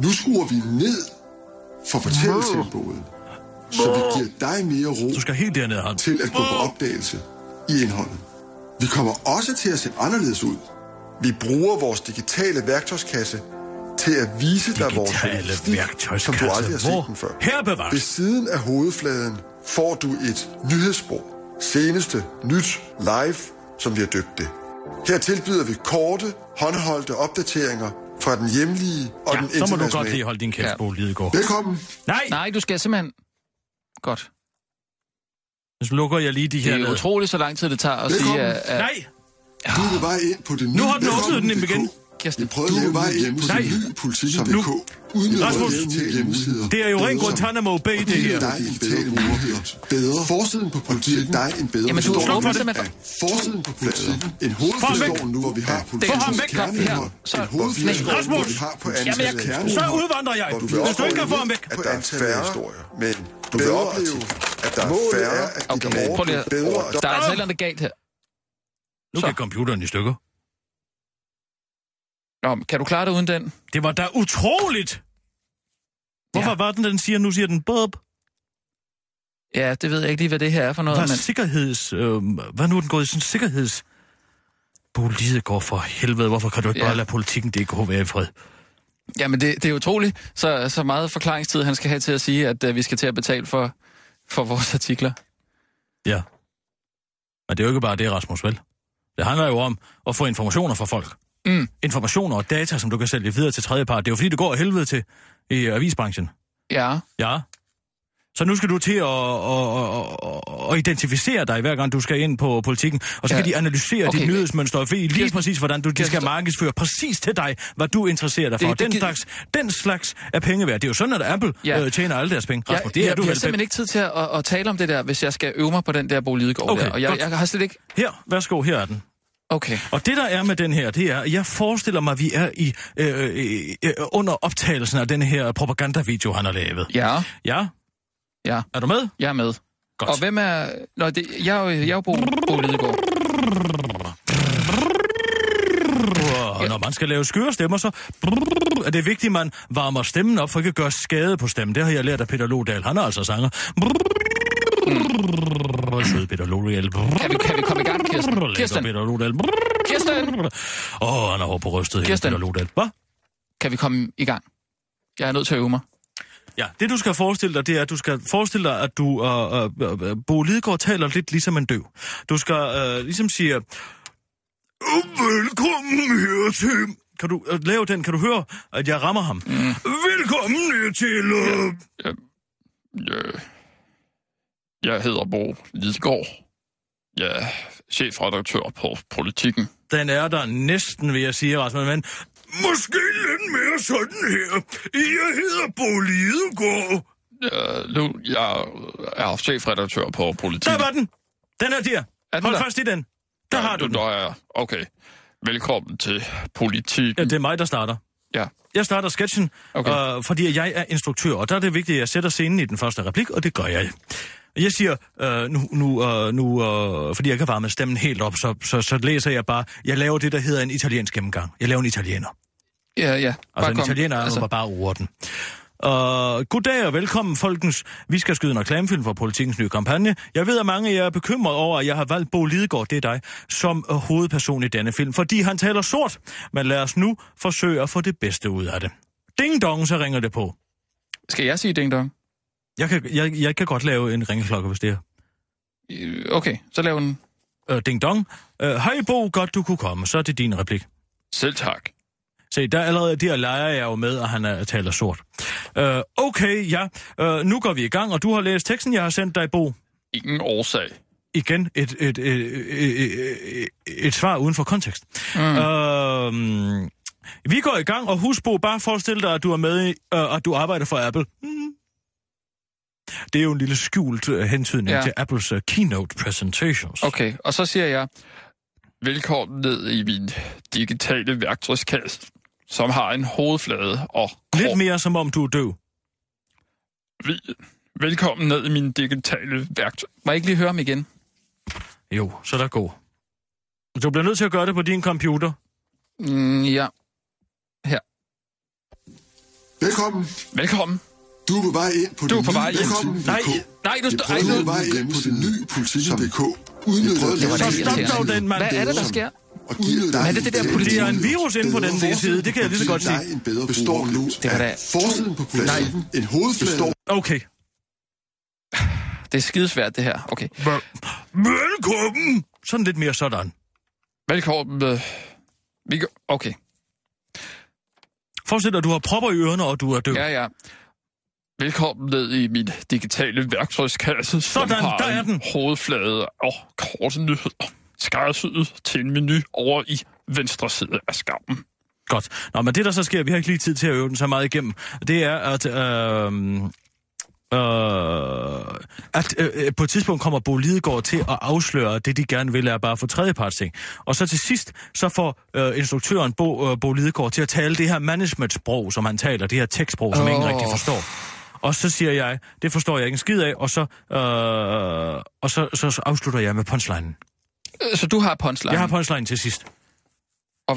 [SPEAKER 8] Nu skruer vi ned for fortælletempoet, så vi giver dig mere ro
[SPEAKER 4] Du skal helt dernede, Hans.
[SPEAKER 8] til at gå på opdagelse i indholdet. Vi kommer også til at se anderledes ud. Vi bruger vores digitale værktøjskasse til at vise dig vores
[SPEAKER 4] Digitale
[SPEAKER 8] journalistik, som
[SPEAKER 4] værktøjskasse.
[SPEAKER 8] du aldrig har set
[SPEAKER 4] Hvor?
[SPEAKER 8] den før.
[SPEAKER 4] Her bevares.
[SPEAKER 8] Ved siden af hovedfladen får du et nyhedsspor. Seneste, nyt, live, som vi har døbt det. Her tilbyder vi korte, håndholdte opdateringer fra den hjemlige og
[SPEAKER 4] Ja,
[SPEAKER 8] den
[SPEAKER 4] så må du godt
[SPEAKER 8] internationale.
[SPEAKER 4] lige holde din kæft,
[SPEAKER 6] Ja.
[SPEAKER 4] Bo Lidegaard.
[SPEAKER 8] Velkommen.
[SPEAKER 4] Nej,
[SPEAKER 6] Nej, du skal simpelthen... Godt.
[SPEAKER 4] så lukker jeg lige de
[SPEAKER 6] Det
[SPEAKER 4] her
[SPEAKER 6] er
[SPEAKER 4] ned.
[SPEAKER 6] utroligt, så lang tid det tager at sige,
[SPEAKER 8] Velkommen.
[SPEAKER 6] at... at
[SPEAKER 4] Nej,
[SPEAKER 8] Du er på vej ind på det nye.
[SPEAKER 4] nu har den
[SPEAKER 8] Velkommen
[SPEAKER 4] åbnet den
[SPEAKER 8] DK.
[SPEAKER 4] igen.
[SPEAKER 6] Kirsten,
[SPEAKER 8] Jeg prøvede
[SPEAKER 2] Du
[SPEAKER 8] at
[SPEAKER 2] er
[SPEAKER 8] lave
[SPEAKER 2] på vej ind på
[SPEAKER 4] Nej.
[SPEAKER 8] en ny politik, som
[SPEAKER 4] Nu.
[SPEAKER 8] DK, uden at
[SPEAKER 4] Rasmus.
[SPEAKER 8] lave digitale hjemmesider.
[SPEAKER 4] Det er jo ren Guantanamo Bay, det her.
[SPEAKER 8] dig en bedre mulighed. Bedre. Forsiden på politikken. dig en bedre
[SPEAKER 6] Jamen, du
[SPEAKER 8] forståelse
[SPEAKER 6] sluk for det.
[SPEAKER 8] af Forsiden på politikken. En
[SPEAKER 4] ham væk.
[SPEAKER 8] hovedforstår nu, hvor vi har
[SPEAKER 6] Få ham
[SPEAKER 8] politikens
[SPEAKER 6] væk.
[SPEAKER 8] kerneindhold.
[SPEAKER 6] Her. Så-
[SPEAKER 8] En hovedforstår nu, hvor
[SPEAKER 4] Rasmus.
[SPEAKER 8] vi har på
[SPEAKER 6] Jamen,
[SPEAKER 8] antallet
[SPEAKER 6] jeg-
[SPEAKER 8] af
[SPEAKER 4] Så
[SPEAKER 8] kerneindhold.
[SPEAKER 4] udvandrer jeg.
[SPEAKER 8] Hvor
[SPEAKER 4] Hvis du ikke kan få ham
[SPEAKER 8] opleve,
[SPEAKER 4] væk.
[SPEAKER 8] At der er færre historier. Men du vil opleve, at der er færre, at de
[SPEAKER 6] Okay, prøv lige at...
[SPEAKER 8] bedre.
[SPEAKER 6] Der er altså et eller andet galt her.
[SPEAKER 4] Nu gik computeren i stykker.
[SPEAKER 6] Nå, men kan du klare det uden den?
[SPEAKER 4] Det var da utroligt. Hvorfor var den, den siger, nu siger den bob?
[SPEAKER 6] Ja, det ved jeg ikke lige, hvad det her er for noget,
[SPEAKER 4] Hvad
[SPEAKER 6] men...
[SPEAKER 4] sikkerheds... Øh, hvad nu er den gået i sådan en sikkerheds... Bo Lidegaard for helvede, hvorfor kan du ikke
[SPEAKER 6] Ja.
[SPEAKER 4] bare lade politikken DK være i fred?
[SPEAKER 6] Jamen, det, det er utroligt, så, så meget forklaringstid, han skal have til at sige, at uh, vi skal til at betale for, for vores artikler.
[SPEAKER 4] Ja. Men det er jo ikke bare det, Rasmus, vel? Det handler jo om at få informationer fra folk.
[SPEAKER 6] Mm.
[SPEAKER 4] Informationer og data, som du kan sælge videre til tredjepart. Det er jo fordi, det går af helvede til i avisbranchen.
[SPEAKER 6] Ja,
[SPEAKER 4] Ja. Så nu skal du til at, at, at, at identificere dig, hver gang du skal ind på politikken. Og så
[SPEAKER 6] Ja.
[SPEAKER 4] skal de analysere okay.
[SPEAKER 6] Okay.
[SPEAKER 4] dit nyhedsmønster og ved lige
[SPEAKER 6] Kirsten-
[SPEAKER 4] præcis, hvordan du, de skal
[SPEAKER 6] Kirsten-
[SPEAKER 4] markedsføre præcis til dig, hvad du interesserer dig for.
[SPEAKER 6] Det- det
[SPEAKER 4] den,
[SPEAKER 6] gi-
[SPEAKER 4] slags, den slags er penge værd. Det er jo sådan, at Apple
[SPEAKER 6] Ja.
[SPEAKER 4] øh, tjener alle deres penge.
[SPEAKER 6] jeg,
[SPEAKER 4] Rasmus, det er
[SPEAKER 6] jeg,
[SPEAKER 4] du
[SPEAKER 6] jeg har
[SPEAKER 4] vel
[SPEAKER 6] simpelthen ikke tid til at, at, at tale om det der, hvis jeg skal øve mig på den der boligdegård
[SPEAKER 4] Okay,
[SPEAKER 6] der. Og jeg,
[SPEAKER 4] godt.
[SPEAKER 6] jeg har slet ikke...
[SPEAKER 4] Her, værsgo, her er den.
[SPEAKER 6] Okay,
[SPEAKER 4] Og det, der er med den her, det er, at jeg forestiller mig, at vi er i øh, øh, øh, under optagelsen af den her propagandavideo, han har lavet.
[SPEAKER 6] ja,
[SPEAKER 4] Ja,
[SPEAKER 6] ja,
[SPEAKER 4] er du med?
[SPEAKER 6] jeg er med.
[SPEAKER 4] Godt.
[SPEAKER 6] Og hvem er... Nå, det, jeg er jo, jeg er jo Bo, Bo Lidegaard.
[SPEAKER 4] Og når man skal lave skøre stemmer, så er det vigtigt, at man varmer stemmen op, for ikke at gøre skade på stemmen. Det har jeg lært af Peter Lodal. Han er altså sanger. Søde Peter Lodal.
[SPEAKER 6] Kan vi, kan vi komme i gang, Kirsten?
[SPEAKER 4] Kirsten.
[SPEAKER 6] Kirsten,
[SPEAKER 4] Peter Lodal.
[SPEAKER 6] Kirsten,
[SPEAKER 4] Åh, oh, han er hård på rystet.
[SPEAKER 6] Kirsten.
[SPEAKER 4] Kirsten. Peter Lodal. Hvad?
[SPEAKER 6] kan vi komme i gang? Jeg er nødt til at øve mig.
[SPEAKER 4] Ja, det du skal forestille dig, det er, at du skal forestille dig, at du, øh, øh, øh, Bo Lidegaard taler lidt ligesom en døv. Du skal øh, ligesom sige, "Øh, velkommen hertil. Kan du øh, lave den? Kan du høre, at jeg rammer ham? Mm. Velkommen hertil. Øh.
[SPEAKER 6] Øh, Jeg hedder Bo Lidgaard. Jeg er chefredaktør på Politikken.
[SPEAKER 4] Den er der næsten, vil jeg sige, Rasmus, men måske lidt mere sådan her. Jeg hedder Bo Lidegaard.
[SPEAKER 6] Øh, nu, jeg er chefredaktør på Politikken.
[SPEAKER 4] Der var den. Den er der.
[SPEAKER 6] Mm. Er den
[SPEAKER 4] Hold
[SPEAKER 6] der?
[SPEAKER 4] fast i den. Der har du den.
[SPEAKER 6] Der er, okay. Velkommen til
[SPEAKER 4] Ja,
[SPEAKER 6] Politikken.
[SPEAKER 4] det er mig, der starter.
[SPEAKER 6] Ja.
[SPEAKER 4] Jeg starter sketchen, okay.
[SPEAKER 6] Okay.
[SPEAKER 4] øh, fordi jeg er instruktør, og der er det vigtigt, at jeg sætter scenen i den første replik, og det gør jeg. Jeg siger, øh, nu, nu, øh, nu øh, fordi jeg kan varme stemmen helt op, så, så, så læser jeg bare, jeg laver det, der hedder en italiensk gennemgang. Jeg laver en italiener.
[SPEAKER 6] Ja, ja. Bare
[SPEAKER 4] Altså, en italiener er altså... bare orden. Uh, goddag og velkommen, folkens. Vi skal skyde en reklamefilm for politikens nye kampagne. Jeg ved, at mange af jer er bekymret over, at jeg har valgt Bo Lidegaard, det er dig, som øh, hovedperson i denne film, fordi han taler sort. Men lad os nu forsøge at få det bedste ud af det. Ding dong, så ringer det på.
[SPEAKER 6] Skal jeg sige ding dong?
[SPEAKER 4] Jeg kan, jeg, jeg kan godt lave en ringeklokke, hvis det er.
[SPEAKER 6] Øh, Okay, så lav en...
[SPEAKER 4] Uh, ding dong. Øh, Hej Bo, godt du kunne komme. Så er det din replik.
[SPEAKER 6] Selv tak.
[SPEAKER 4] Se, der allerede der leger jeg jo med, at han er, taler sort. Øh, okay, ja. Øh, nu går vi i gang, og du har læst teksten, jeg har sendt dig, Bo.
[SPEAKER 6] Ingen årsag.
[SPEAKER 4] Igen et, et, et, et, et, et svar uden for kontekst. Mm. Øh, vi går i gang, og husk, Bo, bare forestil dig, at du er med, i- øh, at du arbejder for Apple. Mm. Det er jo en lille skjult øh, hentydning ja.
[SPEAKER 6] Ja.
[SPEAKER 4] til Apples øh, keynote presentations.
[SPEAKER 6] Okay, og så siger jeg, velkommen ned i min digitale værktøjskasse, som har en hovedflade og
[SPEAKER 4] Lidt mere som om du er død.
[SPEAKER 6] Vi- Velkommen ned i min digitale værktøj. Må jeg ikke lige høre ham igen?
[SPEAKER 4] Jo, så der går. Du bliver nødt til at gøre det på din computer.
[SPEAKER 6] Mm, ja.
[SPEAKER 8] Velkommen.
[SPEAKER 6] Velkommen.
[SPEAKER 8] Du er på vej ind på
[SPEAKER 6] Du
[SPEAKER 8] den
[SPEAKER 6] er på
[SPEAKER 8] nye
[SPEAKER 6] vej ind.
[SPEAKER 8] Velkommen
[SPEAKER 6] Nej,
[SPEAKER 8] DK.
[SPEAKER 6] nej, du
[SPEAKER 8] Jeg
[SPEAKER 6] står... Ej,
[SPEAKER 8] prøver
[SPEAKER 6] nu,
[SPEAKER 8] på vej ind på den nye politik.dk. Udnytter
[SPEAKER 3] prøvede-
[SPEAKER 8] det
[SPEAKER 3] var
[SPEAKER 4] Så
[SPEAKER 3] det
[SPEAKER 4] stop dog den mand.
[SPEAKER 6] hvad er det, der sker?
[SPEAKER 8] og givet dig
[SPEAKER 6] Hvad er det, det der
[SPEAKER 8] en
[SPEAKER 6] politi-
[SPEAKER 8] bedre
[SPEAKER 4] Det er en virus inde på den
[SPEAKER 8] bedre-
[SPEAKER 4] side, det kan jeg lige så godt
[SPEAKER 8] Givet dig
[SPEAKER 4] sige.
[SPEAKER 8] en bedre består nu
[SPEAKER 6] Det var
[SPEAKER 8] af
[SPEAKER 6] da-
[SPEAKER 8] forsiden på politikken, en hovedflade
[SPEAKER 4] Okay.
[SPEAKER 6] Det er skidesvært, det her. Okay.
[SPEAKER 4] Velkommen! Sådan lidt mere sådan.
[SPEAKER 6] Velkommen. øh, Vi går... Okay.
[SPEAKER 4] Forestil dig, at du har propper i ørerne, og du er død.
[SPEAKER 6] Ja, ja. Velkommen ned i min digitale værktøjskasse, som
[SPEAKER 4] Sådan,
[SPEAKER 6] har
[SPEAKER 4] der er
[SPEAKER 6] en
[SPEAKER 4] den.
[SPEAKER 6] hovedflade og korte nyheder. Skræddersyet til en menu over i venstre side af skærmen.
[SPEAKER 4] Godt. Nå, men det der så sker, vi har ikke lige tid til at øve den så meget igennem, det er, at... Øh, Øh, at øh, øh, på et tidspunkt kommer Bo Lidegaard til at afsløre, at det de gerne vil er bare for tredjeparts ting. Og så til sidst, så får øh, instruktøren Bo, øh, Bo Lidegaard til at tale det her management-sprog, som han taler, det her tekstsprog, som oh. ingen
[SPEAKER 6] Åh.
[SPEAKER 4] rigtig forstår. Og så siger jeg, det forstår jeg ikke en skid af, og så, øh, og så, så, så afslutter jeg med punchline.
[SPEAKER 6] Øh, Så du har punchline?
[SPEAKER 4] Jeg har punchline til sidst.
[SPEAKER 6] Og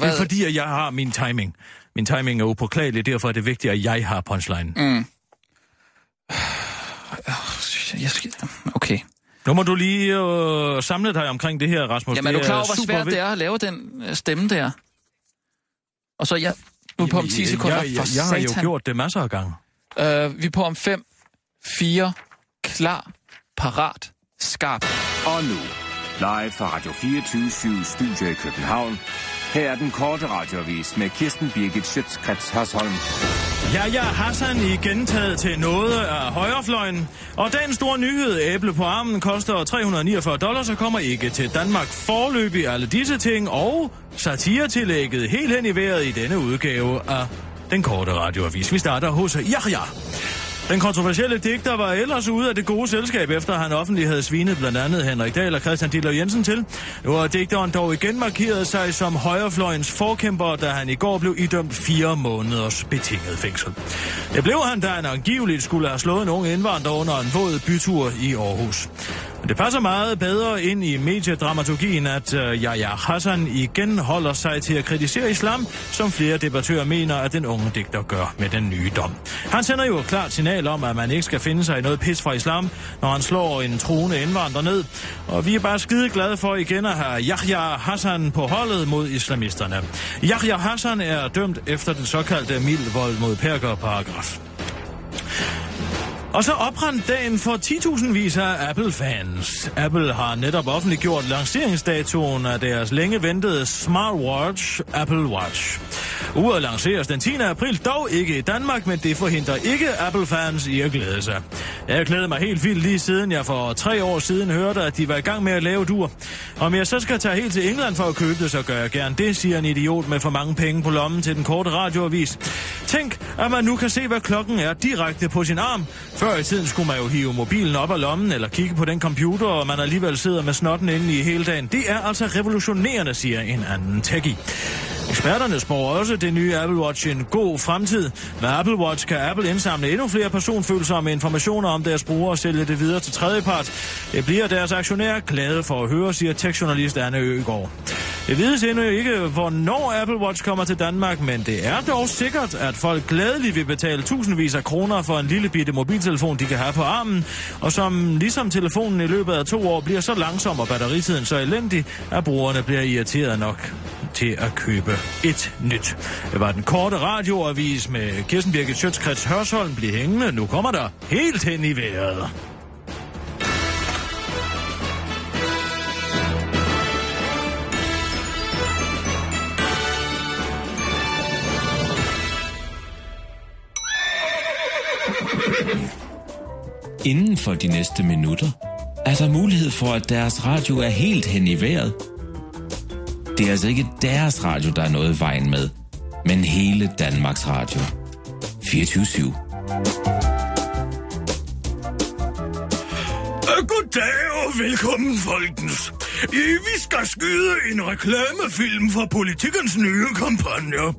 [SPEAKER 4] Det
[SPEAKER 6] hvad,
[SPEAKER 4] er fordi, at jeg har min timing. Min timing er upåklagelig, derfor er det vigtigt, at jeg har punchline. Mm.
[SPEAKER 6] Jeg skal... Okay.
[SPEAKER 4] Nu må du lige øh, samle dig omkring det her, Rasmus.
[SPEAKER 6] Jamen, er du klar over, hvor
[SPEAKER 4] super
[SPEAKER 6] svært
[SPEAKER 4] vigt-
[SPEAKER 6] det er at lave den øh, stemme der? Og så er jeg... Nu er vi på om 10 sekunder.
[SPEAKER 4] Jeg, jeg,
[SPEAKER 6] For
[SPEAKER 4] jeg har jo
[SPEAKER 6] satan.
[SPEAKER 4] gjort det masser af gange.
[SPEAKER 6] Øh, vi er på om 5, 4, klar, parat, skarp.
[SPEAKER 7] Og nu, live fra Radio 24 Studio i København. Her er den korte radiovis med Kirsten Birgit Schøtzgrads Hasholm.
[SPEAKER 4] Ja, ja, Hassan i gentaget til noget af højrefløjen. Og dagens store nyhed, æble på armen, koster 349 dollars og kommer ikke til Danmark. Forløb i alle disse ting og satiretillægget helt hen i vejret i denne udgave af Den Korte Radioavis. Vi starter hos Yahya. Den kontroversielle digter var ellers ude af det gode selskab, efter han offentligt havde svinet blandt andet Henrik Dahl og Christian Diller Jensen til. Nu har digteren dog igen markeret sig som højrefløjens forkæmper, da han i går blev idømt fire måneders betinget fængsel. Det blev han, da han angiveligt skulle have slået en ung indvandrer under en våd bytur i Aarhus. Men det passer meget bedre ind i mediedramaturgien, at øh, Yahya Hassan igen holder sig til at kritisere islam, som flere debattører mener, at den unge digter gør med den nye dom. Han sender jo et klart signal om, at man ikke skal finde sig i noget pis fra islam, når han slår en truende indvandrer ned. Og vi er bare skide glade for igen at have Yahya Hassan på holdet mod islamisterne. Yahya Hassan er dømt efter den såkaldte mild vold mod perker paragraf. Og så oprandt dagen for 10.000 vis af Apple-fans. Apple har netop offentliggjort lanceringsdatoen af deres længe ventede smartwatch, Apple Watch. Uret lanceres den 10. april, dog ikke i Danmark, men det forhindrer ikke Apple-fans i at glæde sig. Jeg har glædet mig helt vildt lige siden jeg for tre år siden hørte, at de var i gang med at lave dur. Om jeg så skal tage helt til England for at købe det, så gør jeg gerne det, siger en idiot med for mange penge på lommen til den korte radioavis. Tænk, at man nu kan se, hvad klokken er direkte på sin arm. Før i tiden skulle man jo hive mobilen op af lommen eller kigge på den computer, og man alligevel sidder med snotten inde i hele dagen. Det er altså revolutionerende, siger en anden techie. Eksperterne spår også det nye Apple Watch en god fremtid. Med Apple Watch kan Apple indsamle endnu flere personfølsomme informationer om deres brugere og sælge det videre til tredjepart. Det bliver deres aktionærer glade for at høre, siger techjournalist Anne Øgaard. Det vides endnu ikke, hvornår Apple Watch kommer til Danmark, men det er dog sikkert, at folk glædeligt vil betale tusindvis af kroner for en lille bitte mobiltelefon, de kan have på armen, og som ligesom telefonen i løbet af to år bliver så langsom og batteritiden så elendig, at brugerne bliver irriteret nok til at købe et nyt. Det var den korte radioavis med Kirsten Birgit Sjøtskrets Hørsholm. Bliv hængende, nu kommer der helt hen i vejret.
[SPEAKER 9] Inden for de næste minutter er der mulighed for, at deres radio er helt hen i vejret. Det er altså ikke deres radio, der er noget i vejen med, men hele Danmarks Radio. 24 /7.
[SPEAKER 4] Øh, Goddag og velkommen, folkens. Øh, Vi skal skyde en reklamefilm for politikens nye kampagne.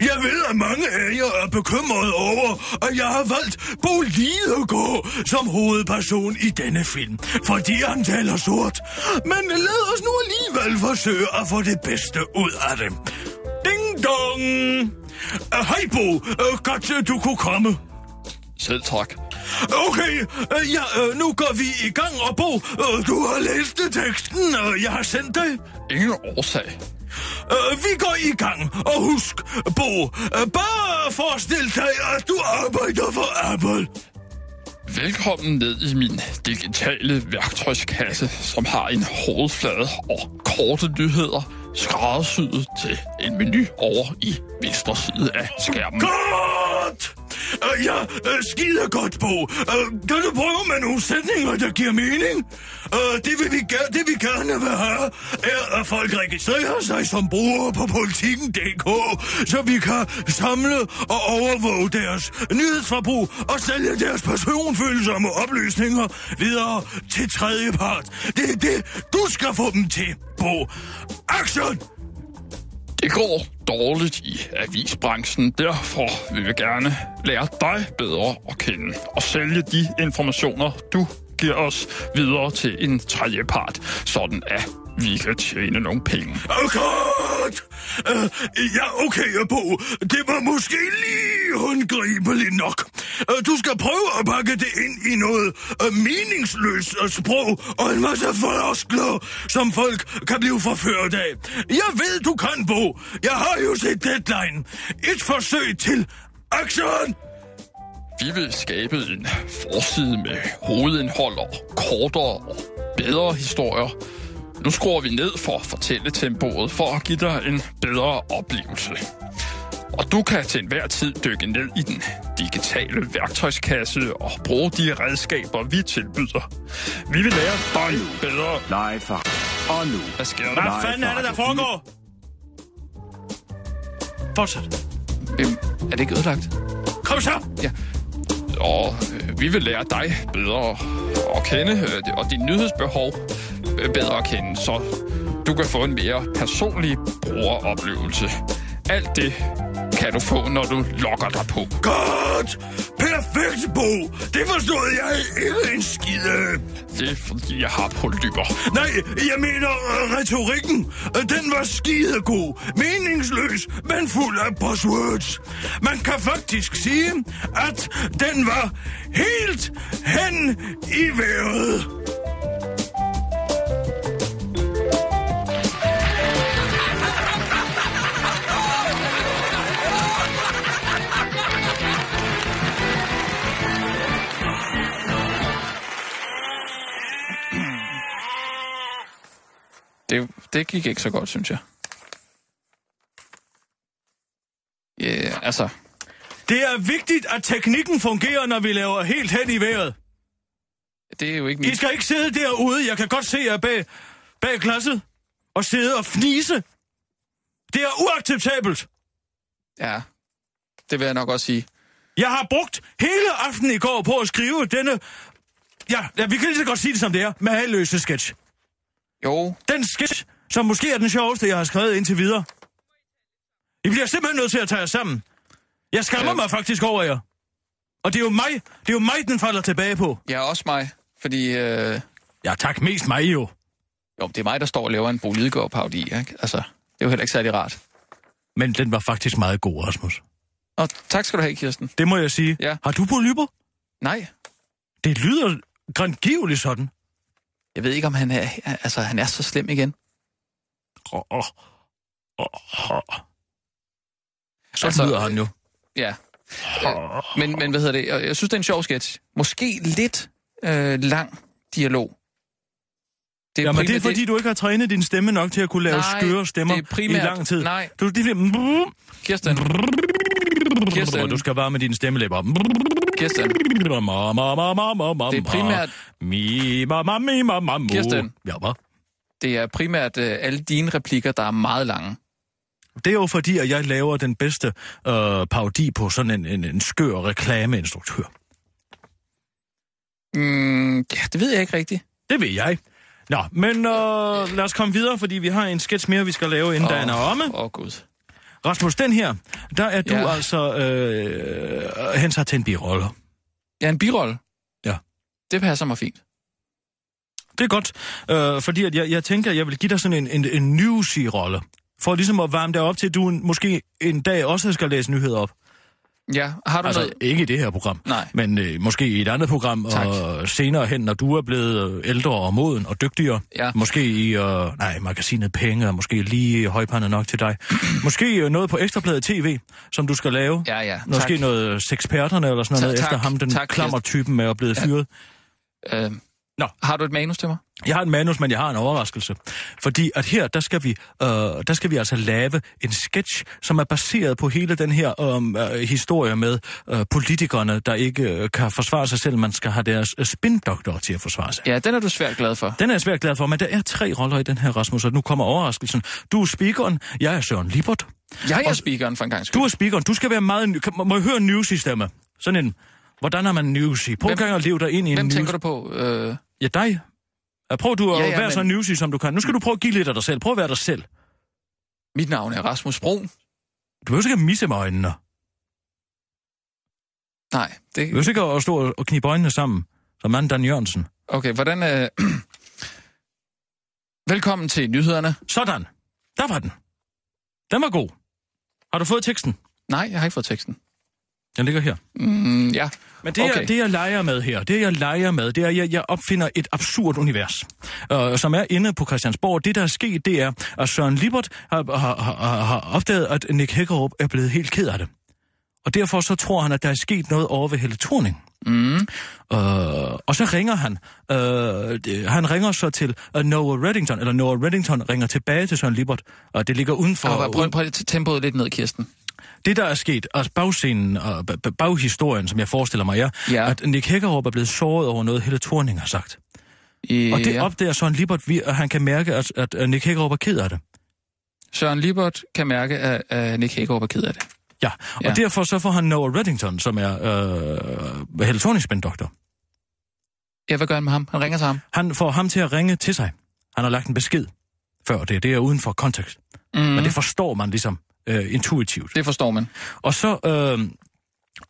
[SPEAKER 4] Jeg ved, at mange af jer er bekymrede over, at jeg har valgt Bo Lidegaard som hovedperson i denne film, fordi han taler sort. Men lad os nu alligevel forsøge at få det bedste ud af det. Ding dong! Øh, Hej Bo, Øh, godt øh, du kunne komme.
[SPEAKER 6] Selv tak.
[SPEAKER 4] Okay, øh, ja, øh, nu går vi i gang, og Bo, øh, du har læst teksten, øh, jeg har sendt dig.
[SPEAKER 6] Ingen årsag.
[SPEAKER 4] Øh, vi går i gang, og husk, Bo, øh, bare forestil dig, at du arbejder for Apple.
[SPEAKER 6] Velkommen ned i min digitale værktøjskasse, som har en hovedflade og korte nyheder skræddersyet til en menu over i venstre side af skærmen.
[SPEAKER 4] Godt! Øh, ja, øh, skide godt, Bo. Øh, kan du prøve med nogle sætninger, der giver mening? Øh, det, vil vi gerne, det vi gerne vil have, er, at folk registrerer sig som brugere på politikken.dk, så vi kan samle og overvåge deres nyhedsforbrug og sælge deres personfølsomme oplysninger videre til tredje part. Det er det, du skal få dem til, Bo. Action!
[SPEAKER 6] Det går dårligt i avisbranchen, derfor vil vi gerne lære dig bedre at kende og sælge de informationer, du giver os videre til en tredjepart, sådan at vi kan tjene nogle penge.
[SPEAKER 4] Oh, godt! Uh, ja, okay, øh, Bo. Det var måske lige håndgribeligt nok. Uh, du skal prøve at pakke det ind i noget uh, meningsløst uh, sprog og en masse floskler, som folk kan blive forført af. Jeg ved, du kan, Bo. Jeg har jo set deadline. Et forsøg til action!
[SPEAKER 6] Vi vil skabe en forside med hovedindhold og kortere og bedre historier. Nu skruer vi ned for fortælletempoet for at give dig en bedre oplevelse. Og du kan til enhver tid dykke ned i den digitale værktøjskasse og bruge de redskaber, vi tilbyder. Vi vil lære dig bedre.
[SPEAKER 7] Live fra... Og nu.
[SPEAKER 6] Hvad sker der?
[SPEAKER 7] Hvad fanden er det, der foregår?
[SPEAKER 4] Fortsæt.
[SPEAKER 6] Øhm, er det ikke ødelagt?
[SPEAKER 4] Kom så!
[SPEAKER 6] Ja. Og øh, vi vil lære dig bedre at kende, øh, og dit nyhedsbehov øh, bedre at kende, så du kan få en mere personlig brugeroplevelse. Alt det kan du få, når du logger dig på.
[SPEAKER 10] Godt! Perfekt, Bo! Det forstod jeg ikke en skide.
[SPEAKER 6] Det er, fordi jeg har polypper.
[SPEAKER 10] Nej, jeg mener øh, retorikken. Øh, Den var skidegod, meningsløs, men fuld af buzzwords. Man kan faktisk sige, at den var helt hen i vejret.
[SPEAKER 6] Det, det gik ikke så godt, synes jeg. Ja, yeah, altså...
[SPEAKER 4] Det er vigtigt, at teknikken fungerer, når vi laver helt hen i vejret.
[SPEAKER 6] Det er jo ikke
[SPEAKER 4] I
[SPEAKER 6] mit...
[SPEAKER 4] skal ikke sidde derude. Jeg kan godt se jer bag, bag glasset og sidde og fnise. Det er uacceptabelt.
[SPEAKER 6] Ja, det vil jeg nok også sige.
[SPEAKER 4] Jeg har brugt hele aftenen i går på at skrive denne... Ja, ja vi kan lige så godt sige det, som det er. Mageløse sketch.
[SPEAKER 6] Jo,
[SPEAKER 4] Den sketch, som måske er den sjoveste, jeg har skrevet indtil videre. I bliver simpelthen nødt til at tage jer sammen. Jeg skammer
[SPEAKER 6] Øh.
[SPEAKER 4] mig faktisk over jer. Og det er jo mig, det er jo mig, den falder tilbage på.
[SPEAKER 6] jeg er også mig, fordi... Øh...
[SPEAKER 4] Ja, tak mest mig jo.
[SPEAKER 6] Jo, det er mig, der står og laver en Bo Lidegaard-parodi, ikke? Altså, det er jo heller ikke særlig rart.
[SPEAKER 4] Men den var faktisk meget god, Rasmus.
[SPEAKER 6] Nå, tak skal du have, Kirsten.
[SPEAKER 4] Det må jeg sige.
[SPEAKER 6] Ja.
[SPEAKER 4] Har du polypper?
[SPEAKER 6] Nej,
[SPEAKER 4] Det lyder grangivligt sådan.
[SPEAKER 6] jeg ved ikke, om han er, altså, han er så slem igen.
[SPEAKER 4] Oh, oh. Oh, oh. Sådan
[SPEAKER 6] Altså,
[SPEAKER 4] altså, lyder han jo.
[SPEAKER 6] Ja. Øh, Men, men hvad hedder det? Jeg jeg synes, det er en sjov sketch. Måske lidt øh, lang dialog. Det
[SPEAKER 4] Ja, men det er
[SPEAKER 6] primært
[SPEAKER 4] fordi, du ikke har trænet din stemme nok til at kunne lave
[SPEAKER 6] Nej,
[SPEAKER 4] skøre stemmer
[SPEAKER 6] det er primært-
[SPEAKER 4] i lang tid.
[SPEAKER 6] nej.
[SPEAKER 4] Du, det Mm, bliver...
[SPEAKER 6] Kirsten, Kirsten.
[SPEAKER 4] Du skal bare med dine stemmelæber.
[SPEAKER 6] Kirsten,
[SPEAKER 4] Det
[SPEAKER 6] Det er primært-
[SPEAKER 4] Mi, ma, ma, mi, ma, ma, mu.
[SPEAKER 6] Kirsten.
[SPEAKER 4] Ja, hvad?
[SPEAKER 6] det er primært øh, alle dine replikker, der er meget lange.
[SPEAKER 4] Det er jo fordi, at jeg laver den bedste øh, parodi på sådan en, en, en skør reklameinstruktør.
[SPEAKER 6] Mm, ja, det ved jeg ikke rigtigt.
[SPEAKER 4] Det ved jeg. Nå, men øh, lad os komme videre, fordi vi har en sketch mere, vi skal lave, inden oh. dagen er omme.
[SPEAKER 6] Åh, oh, gud.
[SPEAKER 4] Rasmus, den her, der er du
[SPEAKER 6] Ja.
[SPEAKER 4] ja. altså... Øh, han tager til en biroller.
[SPEAKER 6] Ja, en birolle.
[SPEAKER 4] Ja.
[SPEAKER 6] Det passer mig fint.
[SPEAKER 4] Det er godt, øh, fordi at jeg, jeg tænker, at jeg vil give dig sådan en, en, en newsy-rolle. For ligesom at varme dig op til, at du en, måske en dag også skal læse nyheder op.
[SPEAKER 6] Ja, har du
[SPEAKER 4] Altså,
[SPEAKER 6] altså, noget?
[SPEAKER 4] ikke i det her program.
[SPEAKER 6] Nej.
[SPEAKER 4] Men øh, måske i et andet program,
[SPEAKER 6] Tak.
[SPEAKER 4] og senere hen, når du er blevet øh, ældre og moden og dygtigere.
[SPEAKER 6] Ja.
[SPEAKER 4] Måske i, øh, nej, magasinet Penge, og måske lige højpandet nok til dig. måske øh, noget på Ekstrabladet TV, som du skal lave.
[SPEAKER 6] Ja, ja.
[SPEAKER 4] Måske
[SPEAKER 6] tak.
[SPEAKER 4] noget øh, sexperterne eller sådan
[SPEAKER 6] Tak,
[SPEAKER 4] noget,
[SPEAKER 6] tak,
[SPEAKER 4] efter ham, den
[SPEAKER 6] tak,
[SPEAKER 4] klammer-typen med at blive fyret.
[SPEAKER 6] Øh,
[SPEAKER 4] Nå.
[SPEAKER 6] Har du et manus til mig?
[SPEAKER 4] Jeg har en manus, men jeg har en overraskelse. Fordi at her, der skal vi, øh, der skal vi altså lave en sketch, som er baseret på hele den her øh, øh, historie med øh, politikerne, der ikke øh, kan forsvare sig selv. Man skal have deres øh, spindoktorer til at forsvare sig.
[SPEAKER 6] Ja, den er du svært glad for.
[SPEAKER 4] Den er jeg svært glad for, men der er tre roller i den her, Rasmus, og nu kommer overraskelsen. Du er speakeren, jeg er Søren Libert.
[SPEAKER 6] Jeg er
[SPEAKER 4] Og-
[SPEAKER 6] speakeren for en gang skyld.
[SPEAKER 4] Du er speakeren, du skal være meget... ny- Kan- Må må jeg høre en newsy-stemme? Sådan en... Hvordan er man newsy? Prøv
[SPEAKER 6] Hvem-
[SPEAKER 4] at gøre og leve dig ind i en
[SPEAKER 6] Hvem
[SPEAKER 4] news-
[SPEAKER 6] tænker du på? Øh,
[SPEAKER 4] Ja, dig. Ja, Prøv du at
[SPEAKER 6] Ja,
[SPEAKER 4] ja,
[SPEAKER 6] ja,
[SPEAKER 4] ja, være så
[SPEAKER 6] men-
[SPEAKER 4] newsy, som du kan. Nu skal du prøve at give lidt af dig selv. Prøv at være dig selv.
[SPEAKER 6] mit navn er Rasmus Brun.
[SPEAKER 4] Du behøver ikke at misse med øjnene.
[SPEAKER 6] Nej,
[SPEAKER 4] Du
[SPEAKER 6] det...
[SPEAKER 4] behøver ikke at stå og knibe øjnene sammen, som manden Dan Jørgensen.
[SPEAKER 6] Okay, hvordan... Øh... Velkommen til nyhederne.
[SPEAKER 4] Sådan. Der var den. Den var god. Har du fået teksten?
[SPEAKER 6] Nej, jeg har ikke fået teksten.
[SPEAKER 4] Den ligger her.
[SPEAKER 6] Mm, ja.
[SPEAKER 4] Men det, okay.
[SPEAKER 6] Okay.
[SPEAKER 4] jeg, det, jeg leger med her, det, jeg leger med, det er, at jeg, jeg opfinder et absurd univers, øh, som er inde på Christiansborg. Det, der er sket, det er, at Søren Libert har, har, har, har opdaget, at Nick Hækkerup er blevet helt ked af det. Og derfor så tror han, at der er sket noget over ved Helle Thorning.
[SPEAKER 6] Mm.
[SPEAKER 4] Øh, og så ringer han. Øh, det- han ringer så til uh, Noah Reddington, eller Noah Reddington ringer tilbage til Søren Libert, og det ligger uden for...
[SPEAKER 6] Og bare prøv, prøv at tage tempoet lidt ned, Kirsten.
[SPEAKER 4] Det, der er sket, og bagscenen og b- b- baghistorien, som jeg forestiller mig, er,
[SPEAKER 6] Ja.
[SPEAKER 4] ja. at Nick Hækkerup er blevet såret over noget, Helle Thorning har sagt.
[SPEAKER 6] I,
[SPEAKER 4] Og det opdager Søren Libert, vi- og han kan mærke, at, at øh, Nick Hækkerup er ked af det.
[SPEAKER 6] Søren Libert kan mærke, at, at Nick Hagerup er ked af det.
[SPEAKER 4] Ja, og
[SPEAKER 6] Ja.
[SPEAKER 4] ja. derfor så får han Noah Reddington, som er øh, Helle Thornings doktor.
[SPEAKER 6] Ja, hvad gør han med ham? Han ringer til ham.
[SPEAKER 4] Han får ham til at ringe til sig. Han har lagt en besked før det. Det er uden for kontekst.
[SPEAKER 6] Mm.
[SPEAKER 4] Men det forstår man ligesom, øh, intuitivt.
[SPEAKER 6] Det forstår man.
[SPEAKER 4] Og så, øh,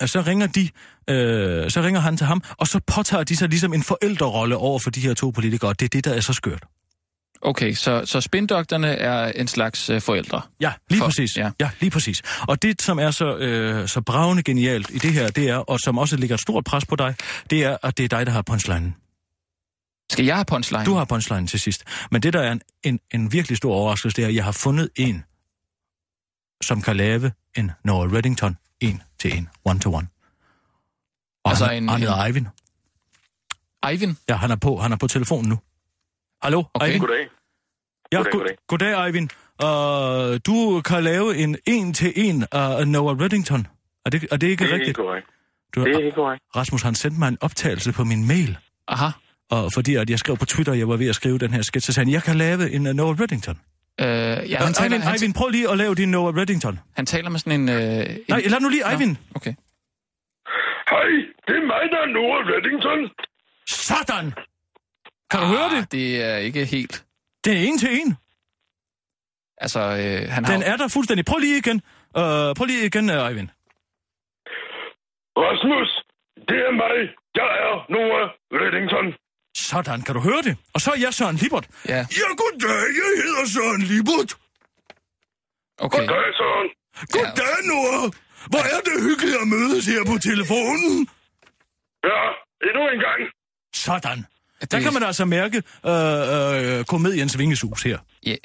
[SPEAKER 4] og så ringer de, øh, så ringer han til ham, og så påtager de sig ligesom en forældrerolle over for de her to politikere. Det er det, der er så skørt.
[SPEAKER 6] Okay, så, så spindokterne er en slags øh, forældre.
[SPEAKER 4] Ja, lige
[SPEAKER 6] For-
[SPEAKER 4] for, præcis.
[SPEAKER 6] ja.
[SPEAKER 4] Ja. ja, lige præcis. Og det, som er så, øh, så bravende genialt i det her, det er, og som også ligger et stort pres på dig, det er, at det er dig, der har punchline.
[SPEAKER 6] Skal jeg have punchline?
[SPEAKER 4] Du har punchline til sidst. Men det, der er en, en, en virkelig stor overraskelse, det er, at jeg har fundet en, som kan lave en Noah Reddington en til en, one to one. Og altså
[SPEAKER 6] Altså
[SPEAKER 4] han,
[SPEAKER 6] en-
[SPEAKER 4] en, han hedder Eivind.
[SPEAKER 6] Eivind?
[SPEAKER 4] Ja, han er på, han er på telefonen nu. Hallo,
[SPEAKER 6] Okay.
[SPEAKER 4] Eivind?
[SPEAKER 11] Goddag.
[SPEAKER 4] Ja,
[SPEAKER 11] goddag,
[SPEAKER 4] goddag,
[SPEAKER 11] goddag.
[SPEAKER 4] goddag Eivind. Uh, du kan lave en en-til-en af Noah Reddington. Er det, er det ikke
[SPEAKER 11] Det er
[SPEAKER 4] rigtigt?
[SPEAKER 11] helt korrekt.
[SPEAKER 4] Du,
[SPEAKER 11] Det er helt korrekt.
[SPEAKER 4] Rasmus, han sendte mig en optagelse på min mail,
[SPEAKER 6] Aha.
[SPEAKER 4] og fordi at jeg skrev på Twitter, at jeg var ved at skrive den her sketch, så sagde han, jeg kan lave en uh, Noah Reddington.
[SPEAKER 6] Øh, ja,
[SPEAKER 4] Ja,
[SPEAKER 6] han,
[SPEAKER 4] han
[SPEAKER 6] taler,
[SPEAKER 4] Eivind,
[SPEAKER 6] han,
[SPEAKER 4] Eivind, prøv lige at lave din Noah Reddington.
[SPEAKER 6] han taler med sådan en... Øh, en...
[SPEAKER 4] Nej, lad nu lige Eivind.
[SPEAKER 6] Nå, Okay.
[SPEAKER 11] Hej, det er mig, der er Nora Reddington.
[SPEAKER 4] Sådan! Kan du høre det?
[SPEAKER 6] Ah, Det er ikke helt...
[SPEAKER 4] Det er en til en.
[SPEAKER 6] Altså, øh, han har...
[SPEAKER 4] Den er der fuldstændig. Prøv lige igen. Uh, prøv lige igen, uh, Eivind.
[SPEAKER 11] Rasmus, det er mig. Jeg er Nora Reddington.
[SPEAKER 4] Sådan, kan du høre det? Og så er jeg Søren Libert.
[SPEAKER 6] Ja,
[SPEAKER 10] Ja, goddag, jeg hedder Søren Libert.
[SPEAKER 6] okay.
[SPEAKER 11] Hej, Søren.
[SPEAKER 10] Goddag, Nora. Hvor er det hyggeligt at mødes her på telefonen.
[SPEAKER 11] Ja, endnu en gang.
[SPEAKER 4] Sådan.
[SPEAKER 6] Det-
[SPEAKER 4] Der kan man altså mærke øh, øh, komediens vingesus her.
[SPEAKER 6] Ja.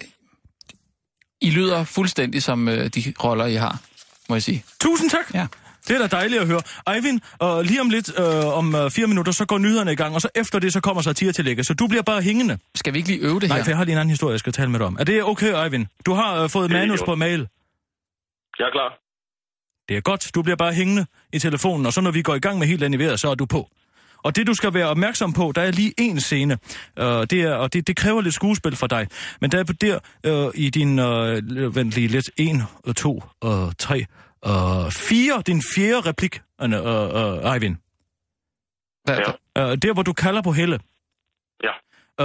[SPEAKER 6] I lyder fuldstændig som øh, de roller, I har, må jeg sige.
[SPEAKER 4] Tusind tak.
[SPEAKER 6] Ja.
[SPEAKER 4] Det er da dejligt at høre. Eivind, og lige om lidt, øh, om øh, fire minutter, så går nyhederne i gang, og så efter det, så kommer satiretillægget. Så du bliver bare hængende. Ja.
[SPEAKER 6] Skal vi ikke lige øve det
[SPEAKER 4] Nej,
[SPEAKER 6] her?
[SPEAKER 4] for jeg har lige en anden historie, jeg skal tale med dig om. Er det okay, Eivind? Du har øh, fået
[SPEAKER 11] Det er
[SPEAKER 4] manus
[SPEAKER 11] jo-
[SPEAKER 4] på mail.
[SPEAKER 11] Jeg er klar.
[SPEAKER 4] Det er godt, du bliver bare hængende i telefonen, og så når vi går i gang med helt andet vejr, så er du på. Og det, du skal være opmærksom på, der er lige en scene, øh, det er, og det, det kræver lidt skuespil fra dig. Men der er på der øh, i din, øh, vent lige lidt, en, øh, to, øh, tre, øh, fire, din fjerde replik, øh, øh, øh, Eivind.
[SPEAKER 6] Hvad,
[SPEAKER 11] Ja.
[SPEAKER 4] Øh, der, hvor du kalder på Helle.
[SPEAKER 11] Ja.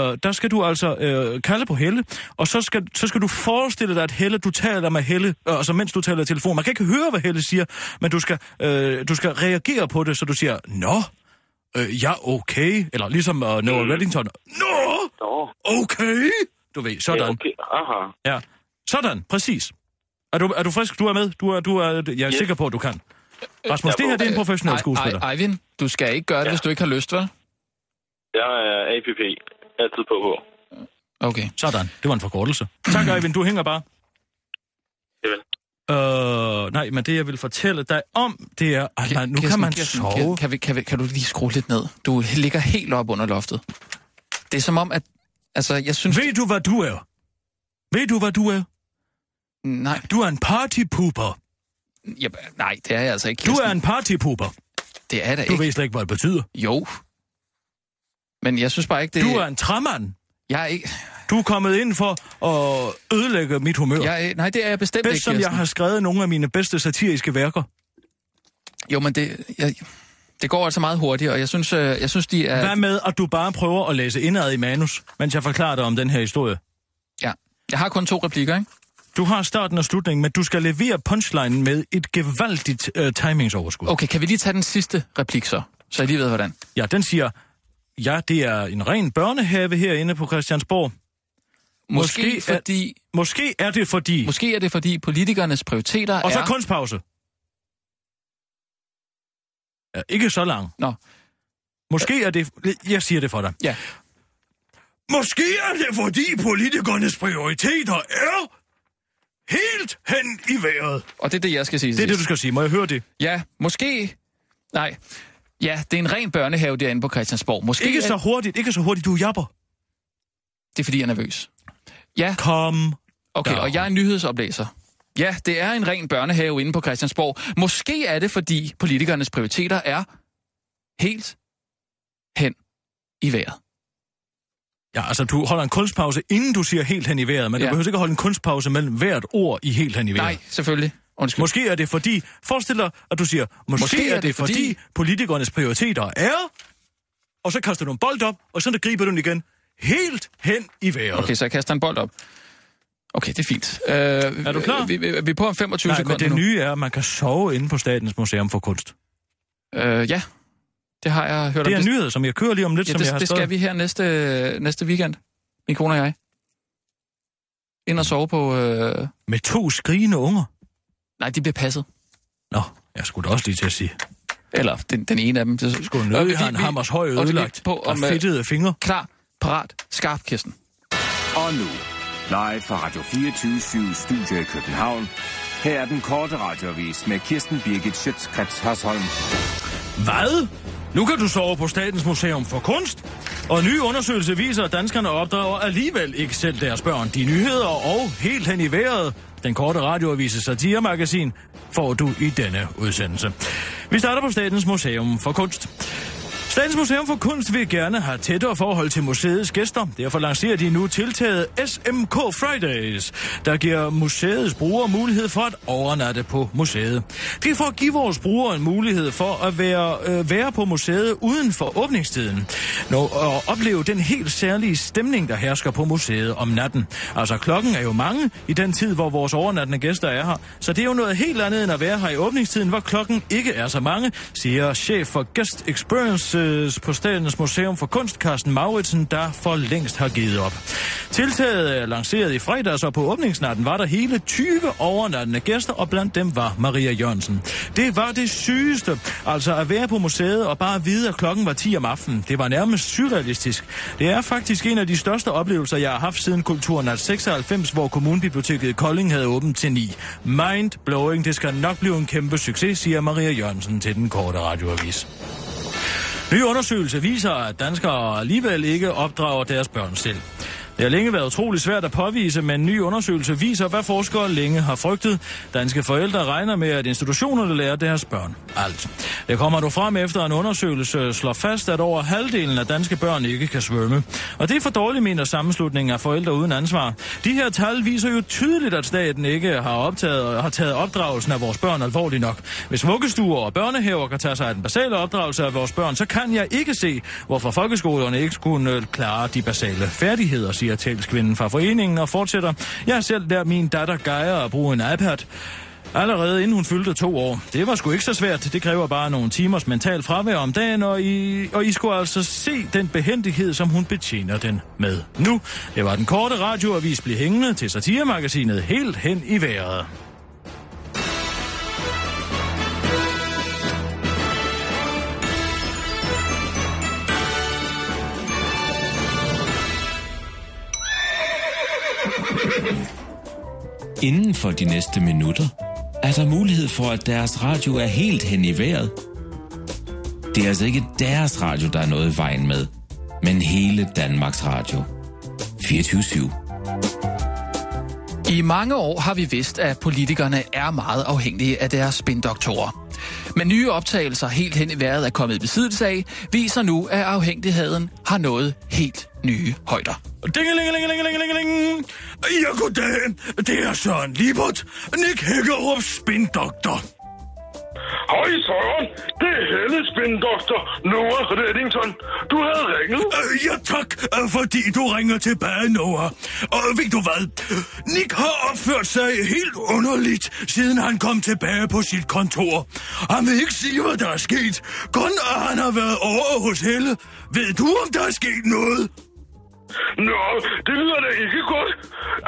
[SPEAKER 4] Øh, der skal du altså øh, kalde på Helle, og så skal, så skal du forestille dig, at Helle, du taler med Helle, øh, altså mens du taler i telefon. Man kan ikke høre, hvad Helle siger, men du skal, øh, du skal reagere på det, så du siger, Nå, øh, ja, okay, eller ligesom øh, Noah Reddington, Nå,
[SPEAKER 11] Nå,
[SPEAKER 4] okay, du ved,
[SPEAKER 11] det er
[SPEAKER 4] sådan.
[SPEAKER 11] okay. Aha.
[SPEAKER 4] Ja, sådan, præcis. Er du, er du frisk? Du er med? Du er, du er, jeg er sikker på, at du kan. Rasmus, det her det er en professionel skuespiller.
[SPEAKER 6] Ej, Eivind, du skal ikke gøre det, ja. hvis du ikke har lyst, vel?
[SPEAKER 11] Jeg er APP. Altid på H.
[SPEAKER 6] Okay.
[SPEAKER 4] Sådan, det var en forkortelse. Tak, Eivind, du hænger bare.
[SPEAKER 11] Jamen.
[SPEAKER 4] Øh, nej, men det, jeg vil fortælle dig om, det er, at man, nu
[SPEAKER 6] Kirsten,
[SPEAKER 4] kan man
[SPEAKER 6] Kirsten,
[SPEAKER 4] sove.
[SPEAKER 6] Kirsten, Kan, vi- kan, vi- kan du lige skrue lidt ned? Du ligger helt op under loftet. Det er som om, at... Altså, jeg synes...
[SPEAKER 4] Ved du, hvad du er? Ved du, hvad du er?
[SPEAKER 6] Nej,
[SPEAKER 4] Du er en partypooper.
[SPEAKER 6] jeg, nej, det er jeg altså ikke,
[SPEAKER 4] Du
[SPEAKER 6] Kirsten.
[SPEAKER 4] er en partypooper.
[SPEAKER 6] Det er jeg da
[SPEAKER 4] Du
[SPEAKER 6] ikke.
[SPEAKER 4] ved slet ikke, hvad det betyder.
[SPEAKER 6] Jo. Men jeg synes bare ikke, det...
[SPEAKER 4] Du er en træmand.
[SPEAKER 6] Jeg er ikke...
[SPEAKER 4] Du er kommet ind for at ødelægge mit humør.
[SPEAKER 6] Jeg er, nej, det er jeg bestemt
[SPEAKER 4] Bedst
[SPEAKER 6] ikke,
[SPEAKER 4] som jeg har skrevet nogle af mine bedste satiriske værker.
[SPEAKER 6] Jo, men det... Jeg, det går altså meget hurtigt, og jeg synes, øh, jeg synes de er...
[SPEAKER 4] Hvad med, at du bare prøver at læse indad i manus, mens jeg forklarer dig om den her historie?
[SPEAKER 6] Ja. Jeg har kun to replikker, ikke?
[SPEAKER 4] Du har starten og slutningen, men du skal levere punchlinen med et gevaldigt øh, timingsoverskud. Okay.
[SPEAKER 6] Okay, kan vi lige tage den sidste replik så? Så jeg lige ved, hvordan.
[SPEAKER 4] Ja, den siger, ja, det er en ren børnehave herinde på Christiansborg.
[SPEAKER 6] Måske,
[SPEAKER 4] Måske er-
[SPEAKER 6] måske, fordi,
[SPEAKER 4] Måske er det fordi... Måske
[SPEAKER 6] måske er det, fordi politikernes prioriteter
[SPEAKER 4] og så
[SPEAKER 6] er...
[SPEAKER 4] kunstpause. Ja, ikke så lang.
[SPEAKER 6] Nå,
[SPEAKER 4] Måske er det... Jeg siger det for dig.
[SPEAKER 6] ja.
[SPEAKER 4] Måske er det fordi politikernes prioriteter er helt hen i vejret.
[SPEAKER 6] Og det er det, jeg skal sige.
[SPEAKER 4] Det er det, du skal sige. Må jeg høre det?
[SPEAKER 6] Ja, måske... Nej. Ja, det er en ren børnehave derinde på Christiansborg. Måske
[SPEAKER 4] Ikke
[SPEAKER 6] er...
[SPEAKER 4] så hurtigt, ikke så hurtigt, du japper.
[SPEAKER 6] Det er, fordi jeg er nervøs. Ja,
[SPEAKER 4] Kom.
[SPEAKER 6] okay,
[SPEAKER 4] Nå.
[SPEAKER 6] og jeg er en nyhedsoplæser. Ja, det er en ren børnehave inde på Christiansborg. Måske er det, fordi politikernes prioriteter er helt hen i vejret.
[SPEAKER 4] Ja, altså du holder en kunstpause, inden du siger helt hen i vejret, men ja.
[SPEAKER 6] Ja.
[SPEAKER 4] du behøver ikke at holde en kunstpause mellem hvert ord i helt hen i vejret.
[SPEAKER 6] Nej, selvfølgelig. Undskyld.
[SPEAKER 4] Måske er det fordi, forestil dig, at du siger, måske, måske er det fordi, fordi, politikernes prioriteter er, og så kaster du en bold op, og så griber du den igen helt hen i vejret.
[SPEAKER 6] Okay, så jeg kaster en bold op. Okay, det er fint. Øh, er
[SPEAKER 4] du klar?
[SPEAKER 6] Vi, vi, vi er på om 25
[SPEAKER 4] Nej, men
[SPEAKER 6] sekunder
[SPEAKER 4] det
[SPEAKER 6] nu.
[SPEAKER 4] nye er, at man kan sove inde på Statens Museum for Kunst.
[SPEAKER 6] Øh, ja, det har jeg hørt
[SPEAKER 4] Det er
[SPEAKER 6] om.
[SPEAKER 4] en nyhed, som jeg kører lige om lidt,
[SPEAKER 6] ja,
[SPEAKER 4] som
[SPEAKER 6] det,
[SPEAKER 4] jeg har
[SPEAKER 6] det
[SPEAKER 4] skrevet.
[SPEAKER 6] skal vi her næste, næste weekend, min kone og jeg. Ind og sove på... Øh...
[SPEAKER 4] Med to skrigende unger.
[SPEAKER 6] Nej, de bliver passet.
[SPEAKER 4] Nå, jeg skulle da også lige til at sige.
[SPEAKER 6] Eller den, den ene af dem. Det...
[SPEAKER 4] Skulle nødig have en hammers høj ødelagt
[SPEAKER 6] På,
[SPEAKER 4] og
[SPEAKER 6] om, øh,
[SPEAKER 4] fedtede fingre.
[SPEAKER 6] klar, parat, skarp, Kirsten.
[SPEAKER 7] Og nu, live fra Radio 24 Studio i København. Her er den korte radiovis med Kirsten Birgit Schøtzgrads Hasholm.
[SPEAKER 4] Hvad? Nu kan du sove på Statens Museum for Kunst. Og en ny undersøgelse viser, at danskerne opdrager alligevel ikke selv deres børn. De nyheder og helt hen i vejret, den korte radioavise Satiremagasin, får du i denne udsendelse. Vi starter på Statens Museum for Kunst. Statens Museum for Kunst vil gerne have tættere forhold til museets gæster. Derfor lancerer de nu tiltaget SMK Fridays, der giver museets brugere mulighed for at overnatte på museet. Det er for at give vores brugere en mulighed for at være, øh, være på museet uden for åbningstiden. Nå, og opleve den helt særlige stemning, der hersker på museet om natten. Altså klokken er jo mange i den tid, hvor vores overnattende gæster er her. Så det er jo noget helt andet end at være her i åbningstiden, hvor klokken ikke er så mange, siger chef for Guest Experiences øh, på Statens Museum for Kunst, Carsten Mauritsen, der for længst har givet op. Tiltaget er lanceret i fredags, og på åbningsnatten var der hele 20 overnattende gæster, og blandt dem var Maria Jørgensen. Det var det sygeste, altså at være på museet og bare vide, at klokken var 10 om aftenen. Det var nærmest surrealistisk. Det er faktisk en af de største oplevelser, jeg har haft siden Kulturnat 96, hvor Kommunbiblioteket i Kolding havde åbent til 9. Mind blowing, det skal nok blive en kæmpe succes, siger Maria Jørgensen til den korte radioavis. Ny undersøgelse viser, at danskere alligevel ikke opdrager deres børn selv. Det har længe været utrolig svært at påvise, men en ny undersøgelse viser, hvad forskere længe har frygtet. Danske forældre regner med, at institutionerne lærer deres børn alt. Det kommer du frem efter, at en undersøgelse slår fast, at over halvdelen af danske børn ikke kan svømme. Og det er for dårligt, mener sammenslutningen af forældre uden ansvar. De her tal viser jo tydeligt, at staten ikke har, optaget, har taget opdragelsen af vores børn alvorligt nok. Hvis vuggestuer og børnehaver kan tage sig af den basale opdragelse af vores børn, så kan jeg ikke se, hvorfor folkeskolerne ikke skulle øh, klare de basale færdigheder, siger talskvinden fra foreningen og fortsætter. Jeg har selv lært min datter Geir at bruge en iPad. Allerede inden hun fyldte to år. Det var sgu ikke så svært. Det kræver bare nogle timers mental fravær om dagen, og I, og I skulle altså se den behendighed, som hun betjener den med. Nu, det var den korte radioavis blev hængende til satiremagasinet helt hen i vejret.
[SPEAKER 9] Inden for de næste minutter er der mulighed for, at deres radio er helt hen i vejret. Det er altså ikke deres radio, der er noget i vejen med, men hele Danmarks Radio. 24-7.
[SPEAKER 6] I mange år har vi vidst, at politikerne er meget afhængige af deres spindoktorer. Men nye optagelser helt hen i vejret er kommet i besiddelse af, viser nu, at afhængigheden har nået helt nye højder.
[SPEAKER 4] Dingelingelingelingelingelingeling.
[SPEAKER 10] Ja, goddag. Det er Søren Libert, Nick Hækkerup, spindoktor.
[SPEAKER 11] Hej Søren, det er Helle Spindoktor, Noah Reddington. Du havde ringet.
[SPEAKER 10] Øh, Ja, tak, øh, fordi du ringer tilbage, Noah. Og ved du hvad? Nick har opført sig helt underligt, siden han kom tilbage på sit kontor. Han vil ikke sige, hvad der er sket. Kun at han har været over hos Helle. Ved du, om der er sket noget?
[SPEAKER 11] Nå, det lyder da ikke godt.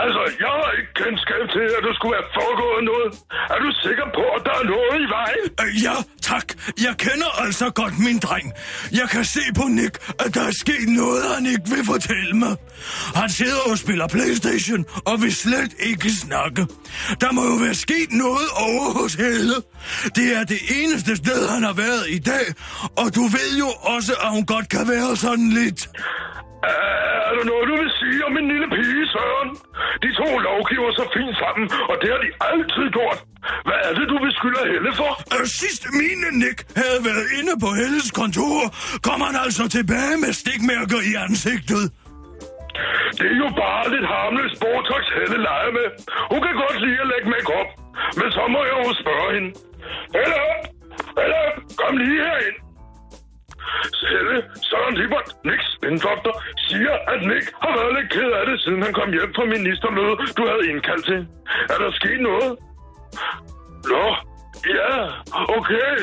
[SPEAKER 11] Altså, jeg har ikke kendskab til, at der skulle være foregået noget. Er du sikker på, at der er noget i vejen?
[SPEAKER 10] Øh, Ja, tak. Jeg kender altså godt min dreng. Jeg kan se på Nick, at der er sket noget, han ikke vil fortælle mig. Han sidder og spiller Playstation og vil slet ikke snakke. Der må jo være sket noget over hos Helle. Det er det eneste sted, han har været i dag, og du ved jo også, at hun godt kan være sådan lidt.
[SPEAKER 11] Er er der noget, du vil sige om min lille pige, Søren? De to lovgiver så fint sammen, og det har de altid gjort. Hvad er det, du beskylder Helle for?
[SPEAKER 10] Øh, Sidst mine Nick havde været inde på Helles kontor, kom han altså tilbage med stikmærker i ansigtet.
[SPEAKER 11] Det er jo bare lidt harmløs Botox, Helle leger med. Hun kan godt lide at lægge make op. Men så må jeg jo spørge hende. Helle, Helle, kom lige herind. Selv Søren Lippert, Nicks spindoktor, siger, at Nick har været lidt ked af det, siden han kom hjem fra ministermøde, du havde indkaldt til. Er der sket noget? Nå, ja, okay.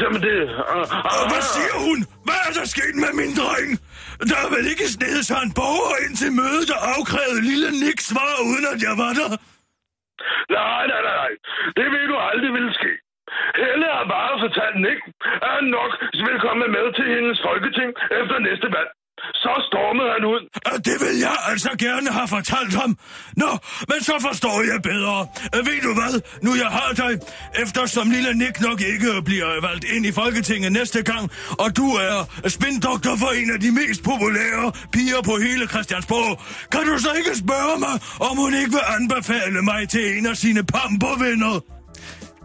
[SPEAKER 11] Jamen det... Uh,
[SPEAKER 12] Og hvad siger hun? Hvad er der sket med min dreng? Der er vel ikke snedet sig en borger ind til mødet, der afkrævede lille Nick svar, uden at jeg var der?
[SPEAKER 11] Nej, nej, nej, nej. Det ved du aldrig ville ske. Helle har bare fortalt Nick, at han nok vil komme med til hendes folketing efter næste valg. Så stormede han ud.
[SPEAKER 12] Og det vil jeg altså gerne have fortalt ham. Nå, men så forstår jeg bedre. Øh, Ved du hvad? Nu jeg har dig, eftersom lille Nick nok ikke bliver valgt ind i Folketinget næste gang, og du er spindoktor for en af de mest populære piger på hele Christiansborg, kan du så ikke spørge mig, om hun ikke vil anbefale mig til en af sine pampervenner?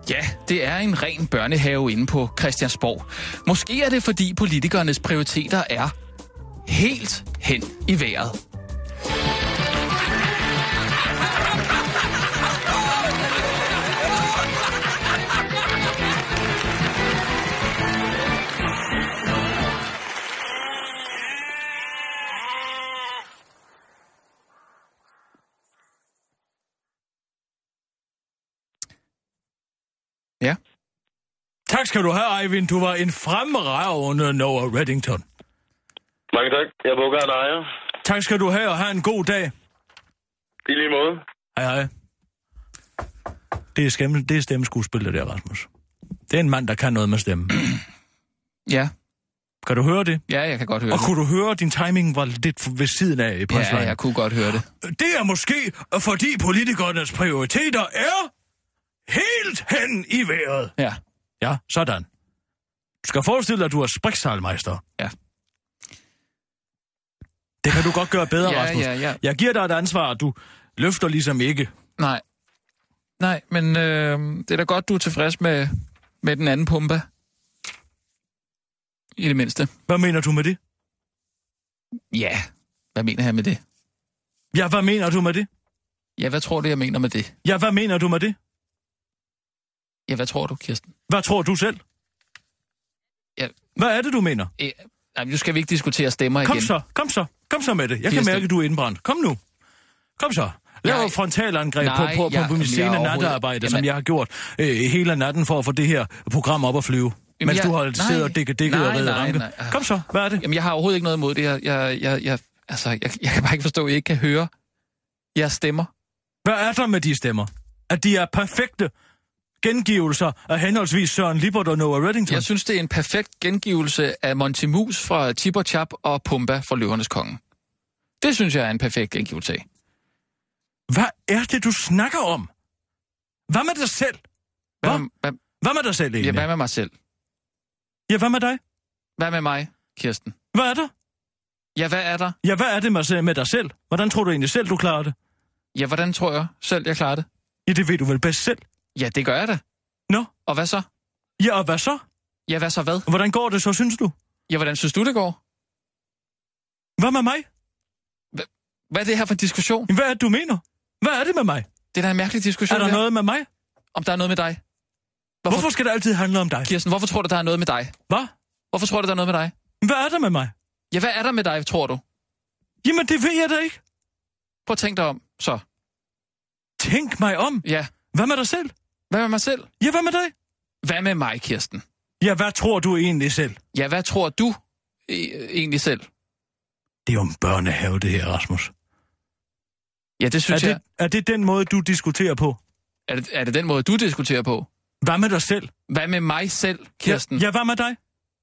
[SPEAKER 6] Ja, det er en ren børnehave inde på Christiansborg. Måske er det, fordi politikernes prioriteter er helt hen i vejret. Ja.
[SPEAKER 4] Tak skal du have, Eivind. Du var en fremragende Noah Reddington.
[SPEAKER 13] Mange tak. Jeg bukker en ejer.
[SPEAKER 4] Tak skal du have, og have en god dag.
[SPEAKER 13] I lige måde.
[SPEAKER 4] Hej, hej. Det er, stemme, det er stemmeskuespil, det der, Rasmus. Det er en mand, der kan noget med stemme.
[SPEAKER 6] ja.
[SPEAKER 4] Kan du høre det?
[SPEAKER 6] Ja, jeg kan godt høre
[SPEAKER 4] Og
[SPEAKER 6] det.
[SPEAKER 4] kunne du høre, at din timing var lidt ved siden af i punchline?
[SPEAKER 6] Ja, jeg kunne godt høre det.
[SPEAKER 4] Det er måske, fordi politikernes prioriteter er helt hen i vejret.
[SPEAKER 6] Ja.
[SPEAKER 4] Ja, sådan. Du skal forestille dig, at du er spriksalmeister.
[SPEAKER 6] Ja.
[SPEAKER 4] Det kan du godt gøre bedre,
[SPEAKER 6] Ja,
[SPEAKER 4] Rasmus.
[SPEAKER 6] ja, ja.
[SPEAKER 4] Jeg giver dig et ansvar, og du løfter ligesom ikke.
[SPEAKER 6] Nej. Nej, men øh, det er da godt, du er tilfreds med, med den anden pumpe. I det mindste.
[SPEAKER 4] Hvad mener du med det?
[SPEAKER 6] Ja, hvad mener jeg med det?
[SPEAKER 4] Ja, hvad mener du med det?
[SPEAKER 6] Ja, hvad tror du, jeg mener med det?
[SPEAKER 4] Ja, hvad mener du med det?
[SPEAKER 6] Ja, hvad tror du, Kirsten?
[SPEAKER 4] Hvad tror du selv?
[SPEAKER 6] Ja.
[SPEAKER 4] Hvad er det, du mener?
[SPEAKER 6] Øh, nej, men nu skal vi ikke diskutere stemmer
[SPEAKER 4] Kom
[SPEAKER 6] igen.
[SPEAKER 4] så, kom så, kom så med det. Jeg kan
[SPEAKER 6] Kirsten.
[SPEAKER 4] mærke, at du er indbrændt. Kom nu. Kom så. Lav et frontalangreb på,
[SPEAKER 6] Nej,
[SPEAKER 4] på, på,
[SPEAKER 6] jeg-
[SPEAKER 4] på min
[SPEAKER 6] jeg
[SPEAKER 4] sene
[SPEAKER 6] overhovedet-
[SPEAKER 4] nattearbejde, som
[SPEAKER 6] Jamen-
[SPEAKER 4] jeg har gjort øh, hele natten for at få det her program op at flyve.
[SPEAKER 6] Jamen,
[SPEAKER 4] mens
[SPEAKER 6] jeg-
[SPEAKER 4] du har siddet og dækket dækket
[SPEAKER 6] nej,
[SPEAKER 4] og reddet
[SPEAKER 6] nej,
[SPEAKER 4] ranke.
[SPEAKER 6] nej.
[SPEAKER 4] Kom så, hvad er det?
[SPEAKER 6] Jamen, jeg har overhovedet ikke noget imod det. Jeg, jeg, jeg, jeg, altså, jeg, jeg kan bare ikke forstå, at I ikke kan høre jeres stemmer.
[SPEAKER 4] Hvad er der med de stemmer? At de er perfekte gengivelser af henholdsvis Søren Lippert og Noah Reddington?
[SPEAKER 6] Jeg synes, det er en perfekt gengivelse af Monty Mus fra Tip og Chap og Pumba fra Løvernes Konge. Det synes jeg er en perfekt gengivelse af.
[SPEAKER 4] Hvad er det, du snakker om? Hvad med dig selv? Hvad,
[SPEAKER 6] hvad, hvad,
[SPEAKER 4] hvad med dig selv egentlig?
[SPEAKER 6] Ja, hvad med mig selv?
[SPEAKER 4] Ja, hvad med dig?
[SPEAKER 6] Hvad med mig, Kirsten?
[SPEAKER 4] Hvad er der?
[SPEAKER 6] Ja, hvad er der?
[SPEAKER 4] Ja, hvad er det med- med dig selv? Hvordan tror du egentlig selv, du klarer det?
[SPEAKER 6] Ja, hvordan tror jeg selv, jeg klarer det?
[SPEAKER 4] Ja, det ved du vel bedst selv.
[SPEAKER 6] Ja, det gør jeg da.
[SPEAKER 4] Nå?
[SPEAKER 6] Og hvad så?
[SPEAKER 4] Ja, og hvad så?
[SPEAKER 6] Ja, hvad så hvad?
[SPEAKER 4] Hvordan går det så, synes du?
[SPEAKER 6] Ja, hvordan synes du, det går?
[SPEAKER 4] Hvad med mig?
[SPEAKER 6] Hvad er det her for en diskussion?
[SPEAKER 4] Hvad er det, du mener? Hvad er det med mig?
[SPEAKER 6] Det er da en mærkelig diskussion.
[SPEAKER 4] Er der
[SPEAKER 6] det her.
[SPEAKER 4] noget med mig?
[SPEAKER 6] Om der er noget med dig?
[SPEAKER 4] Hvorfor, Hvorfor skal det altid handle om dig?
[SPEAKER 6] Kirsten, hvorfor tror du, der er noget med dig?
[SPEAKER 4] Hvad?
[SPEAKER 6] Hvorfor tror du, der er noget med dig?
[SPEAKER 4] Hvad er der med mig?
[SPEAKER 6] Ja, hvad er der med dig, tror du?
[SPEAKER 4] Jamen, det ved jeg da ikke.
[SPEAKER 6] Prøv at tænke dig om, så.
[SPEAKER 4] Tænk mig om.
[SPEAKER 6] Ja,
[SPEAKER 4] Hvad med dig selv?
[SPEAKER 6] hvad med mig selv?
[SPEAKER 4] Ja, hvad med dig?
[SPEAKER 6] Hvad med mig, Kirsten?
[SPEAKER 4] Ja, hvad tror du egentlig selv?
[SPEAKER 6] Ja, hvad tror du e- egentlig selv?
[SPEAKER 4] Det er jo en børnehave, det her, Rasmus.
[SPEAKER 6] Ja, det
[SPEAKER 4] Er
[SPEAKER 6] synes
[SPEAKER 4] det,
[SPEAKER 6] jeg.
[SPEAKER 4] er det den måde, du diskuterer på?
[SPEAKER 6] Er det, er det den måde, du diskuterer på?
[SPEAKER 4] Hvad med dig selv?
[SPEAKER 6] Hvad med mig selv, Kirsten?
[SPEAKER 4] Ja, ja, hvad med dig?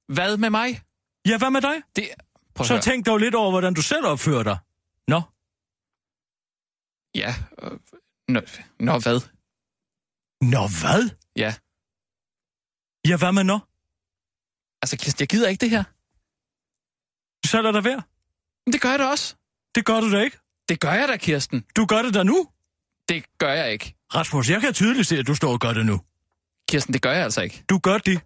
[SPEAKER 6] Hvad med mig?
[SPEAKER 4] Ja, hvad med dig?
[SPEAKER 6] Det... Prøv at
[SPEAKER 4] Så
[SPEAKER 6] høre.
[SPEAKER 4] tænk dog lidt over, hvordan du selv opfører dig. Nå,
[SPEAKER 6] Ja. øh, Nå, nå, hvad?
[SPEAKER 4] nå hvad?
[SPEAKER 6] Ja.
[SPEAKER 4] Ja, hvad med nå?
[SPEAKER 6] Altså, Kirsten, jeg gider ikke det her.
[SPEAKER 4] Så er der værd.
[SPEAKER 6] Men det gør jeg da også.
[SPEAKER 4] Det gør du da ikke.
[SPEAKER 6] Det gør jeg da, Kirsten.
[SPEAKER 4] Du gør det da nu.
[SPEAKER 6] Det gør jeg ikke.
[SPEAKER 4] Rasmus, jeg kan tydeligt se, at du står og gør det nu.
[SPEAKER 6] Kirsten, det gør jeg altså ikke.
[SPEAKER 4] Du gør det.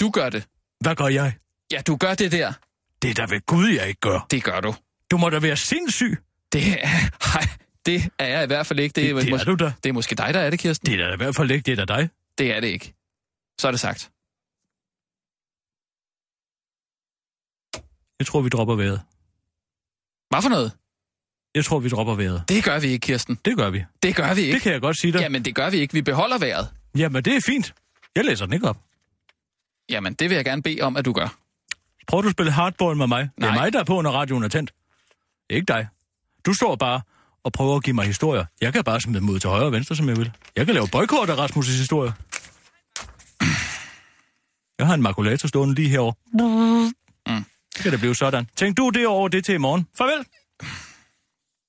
[SPEAKER 6] Du gør det.
[SPEAKER 4] Hvad gør jeg?
[SPEAKER 6] Ja, du gør det der.
[SPEAKER 4] Det er da ved Gud, jeg ikke gør.
[SPEAKER 6] Det gør du.
[SPEAKER 4] Du må da være sindssyg.
[SPEAKER 6] Det er... Hej, det er jeg i hvert fald ikke. Det,
[SPEAKER 4] Det, det er
[SPEAKER 6] mås-
[SPEAKER 4] du da.
[SPEAKER 6] det er måske dig, der er det, Kirsten.
[SPEAKER 4] Det er da i hvert fald ikke, det er da dig.
[SPEAKER 6] Det er det ikke. Så er det sagt.
[SPEAKER 4] Jeg tror, vi dropper vejret.
[SPEAKER 6] Hvad for noget?
[SPEAKER 4] Jeg tror, vi dropper vejret.
[SPEAKER 6] Det gør vi ikke, Kirsten.
[SPEAKER 4] Det gør vi.
[SPEAKER 6] Det gør vi ikke.
[SPEAKER 4] Det kan jeg godt sige dig.
[SPEAKER 6] Jamen, det gør vi ikke. Vi beholder vejret.
[SPEAKER 4] Jamen, det er fint. Jeg læser den ikke op.
[SPEAKER 6] Jamen, det vil jeg gerne bede om, at du gør.
[SPEAKER 4] Prøver du at spille hardball med mig? Nej. Det er mig, der er på, når radioen er tændt. Ikke dig. Du står bare og prøver at give mig historier. Jeg kan bare smide dem ud til højre og venstre, som jeg vil. Jeg kan lave boykot af Rasmus' historier. Jeg har en makulator stående lige herovre. Mm. Det kan det blive sådan. Tænk du det over det til i morgen. Farvel.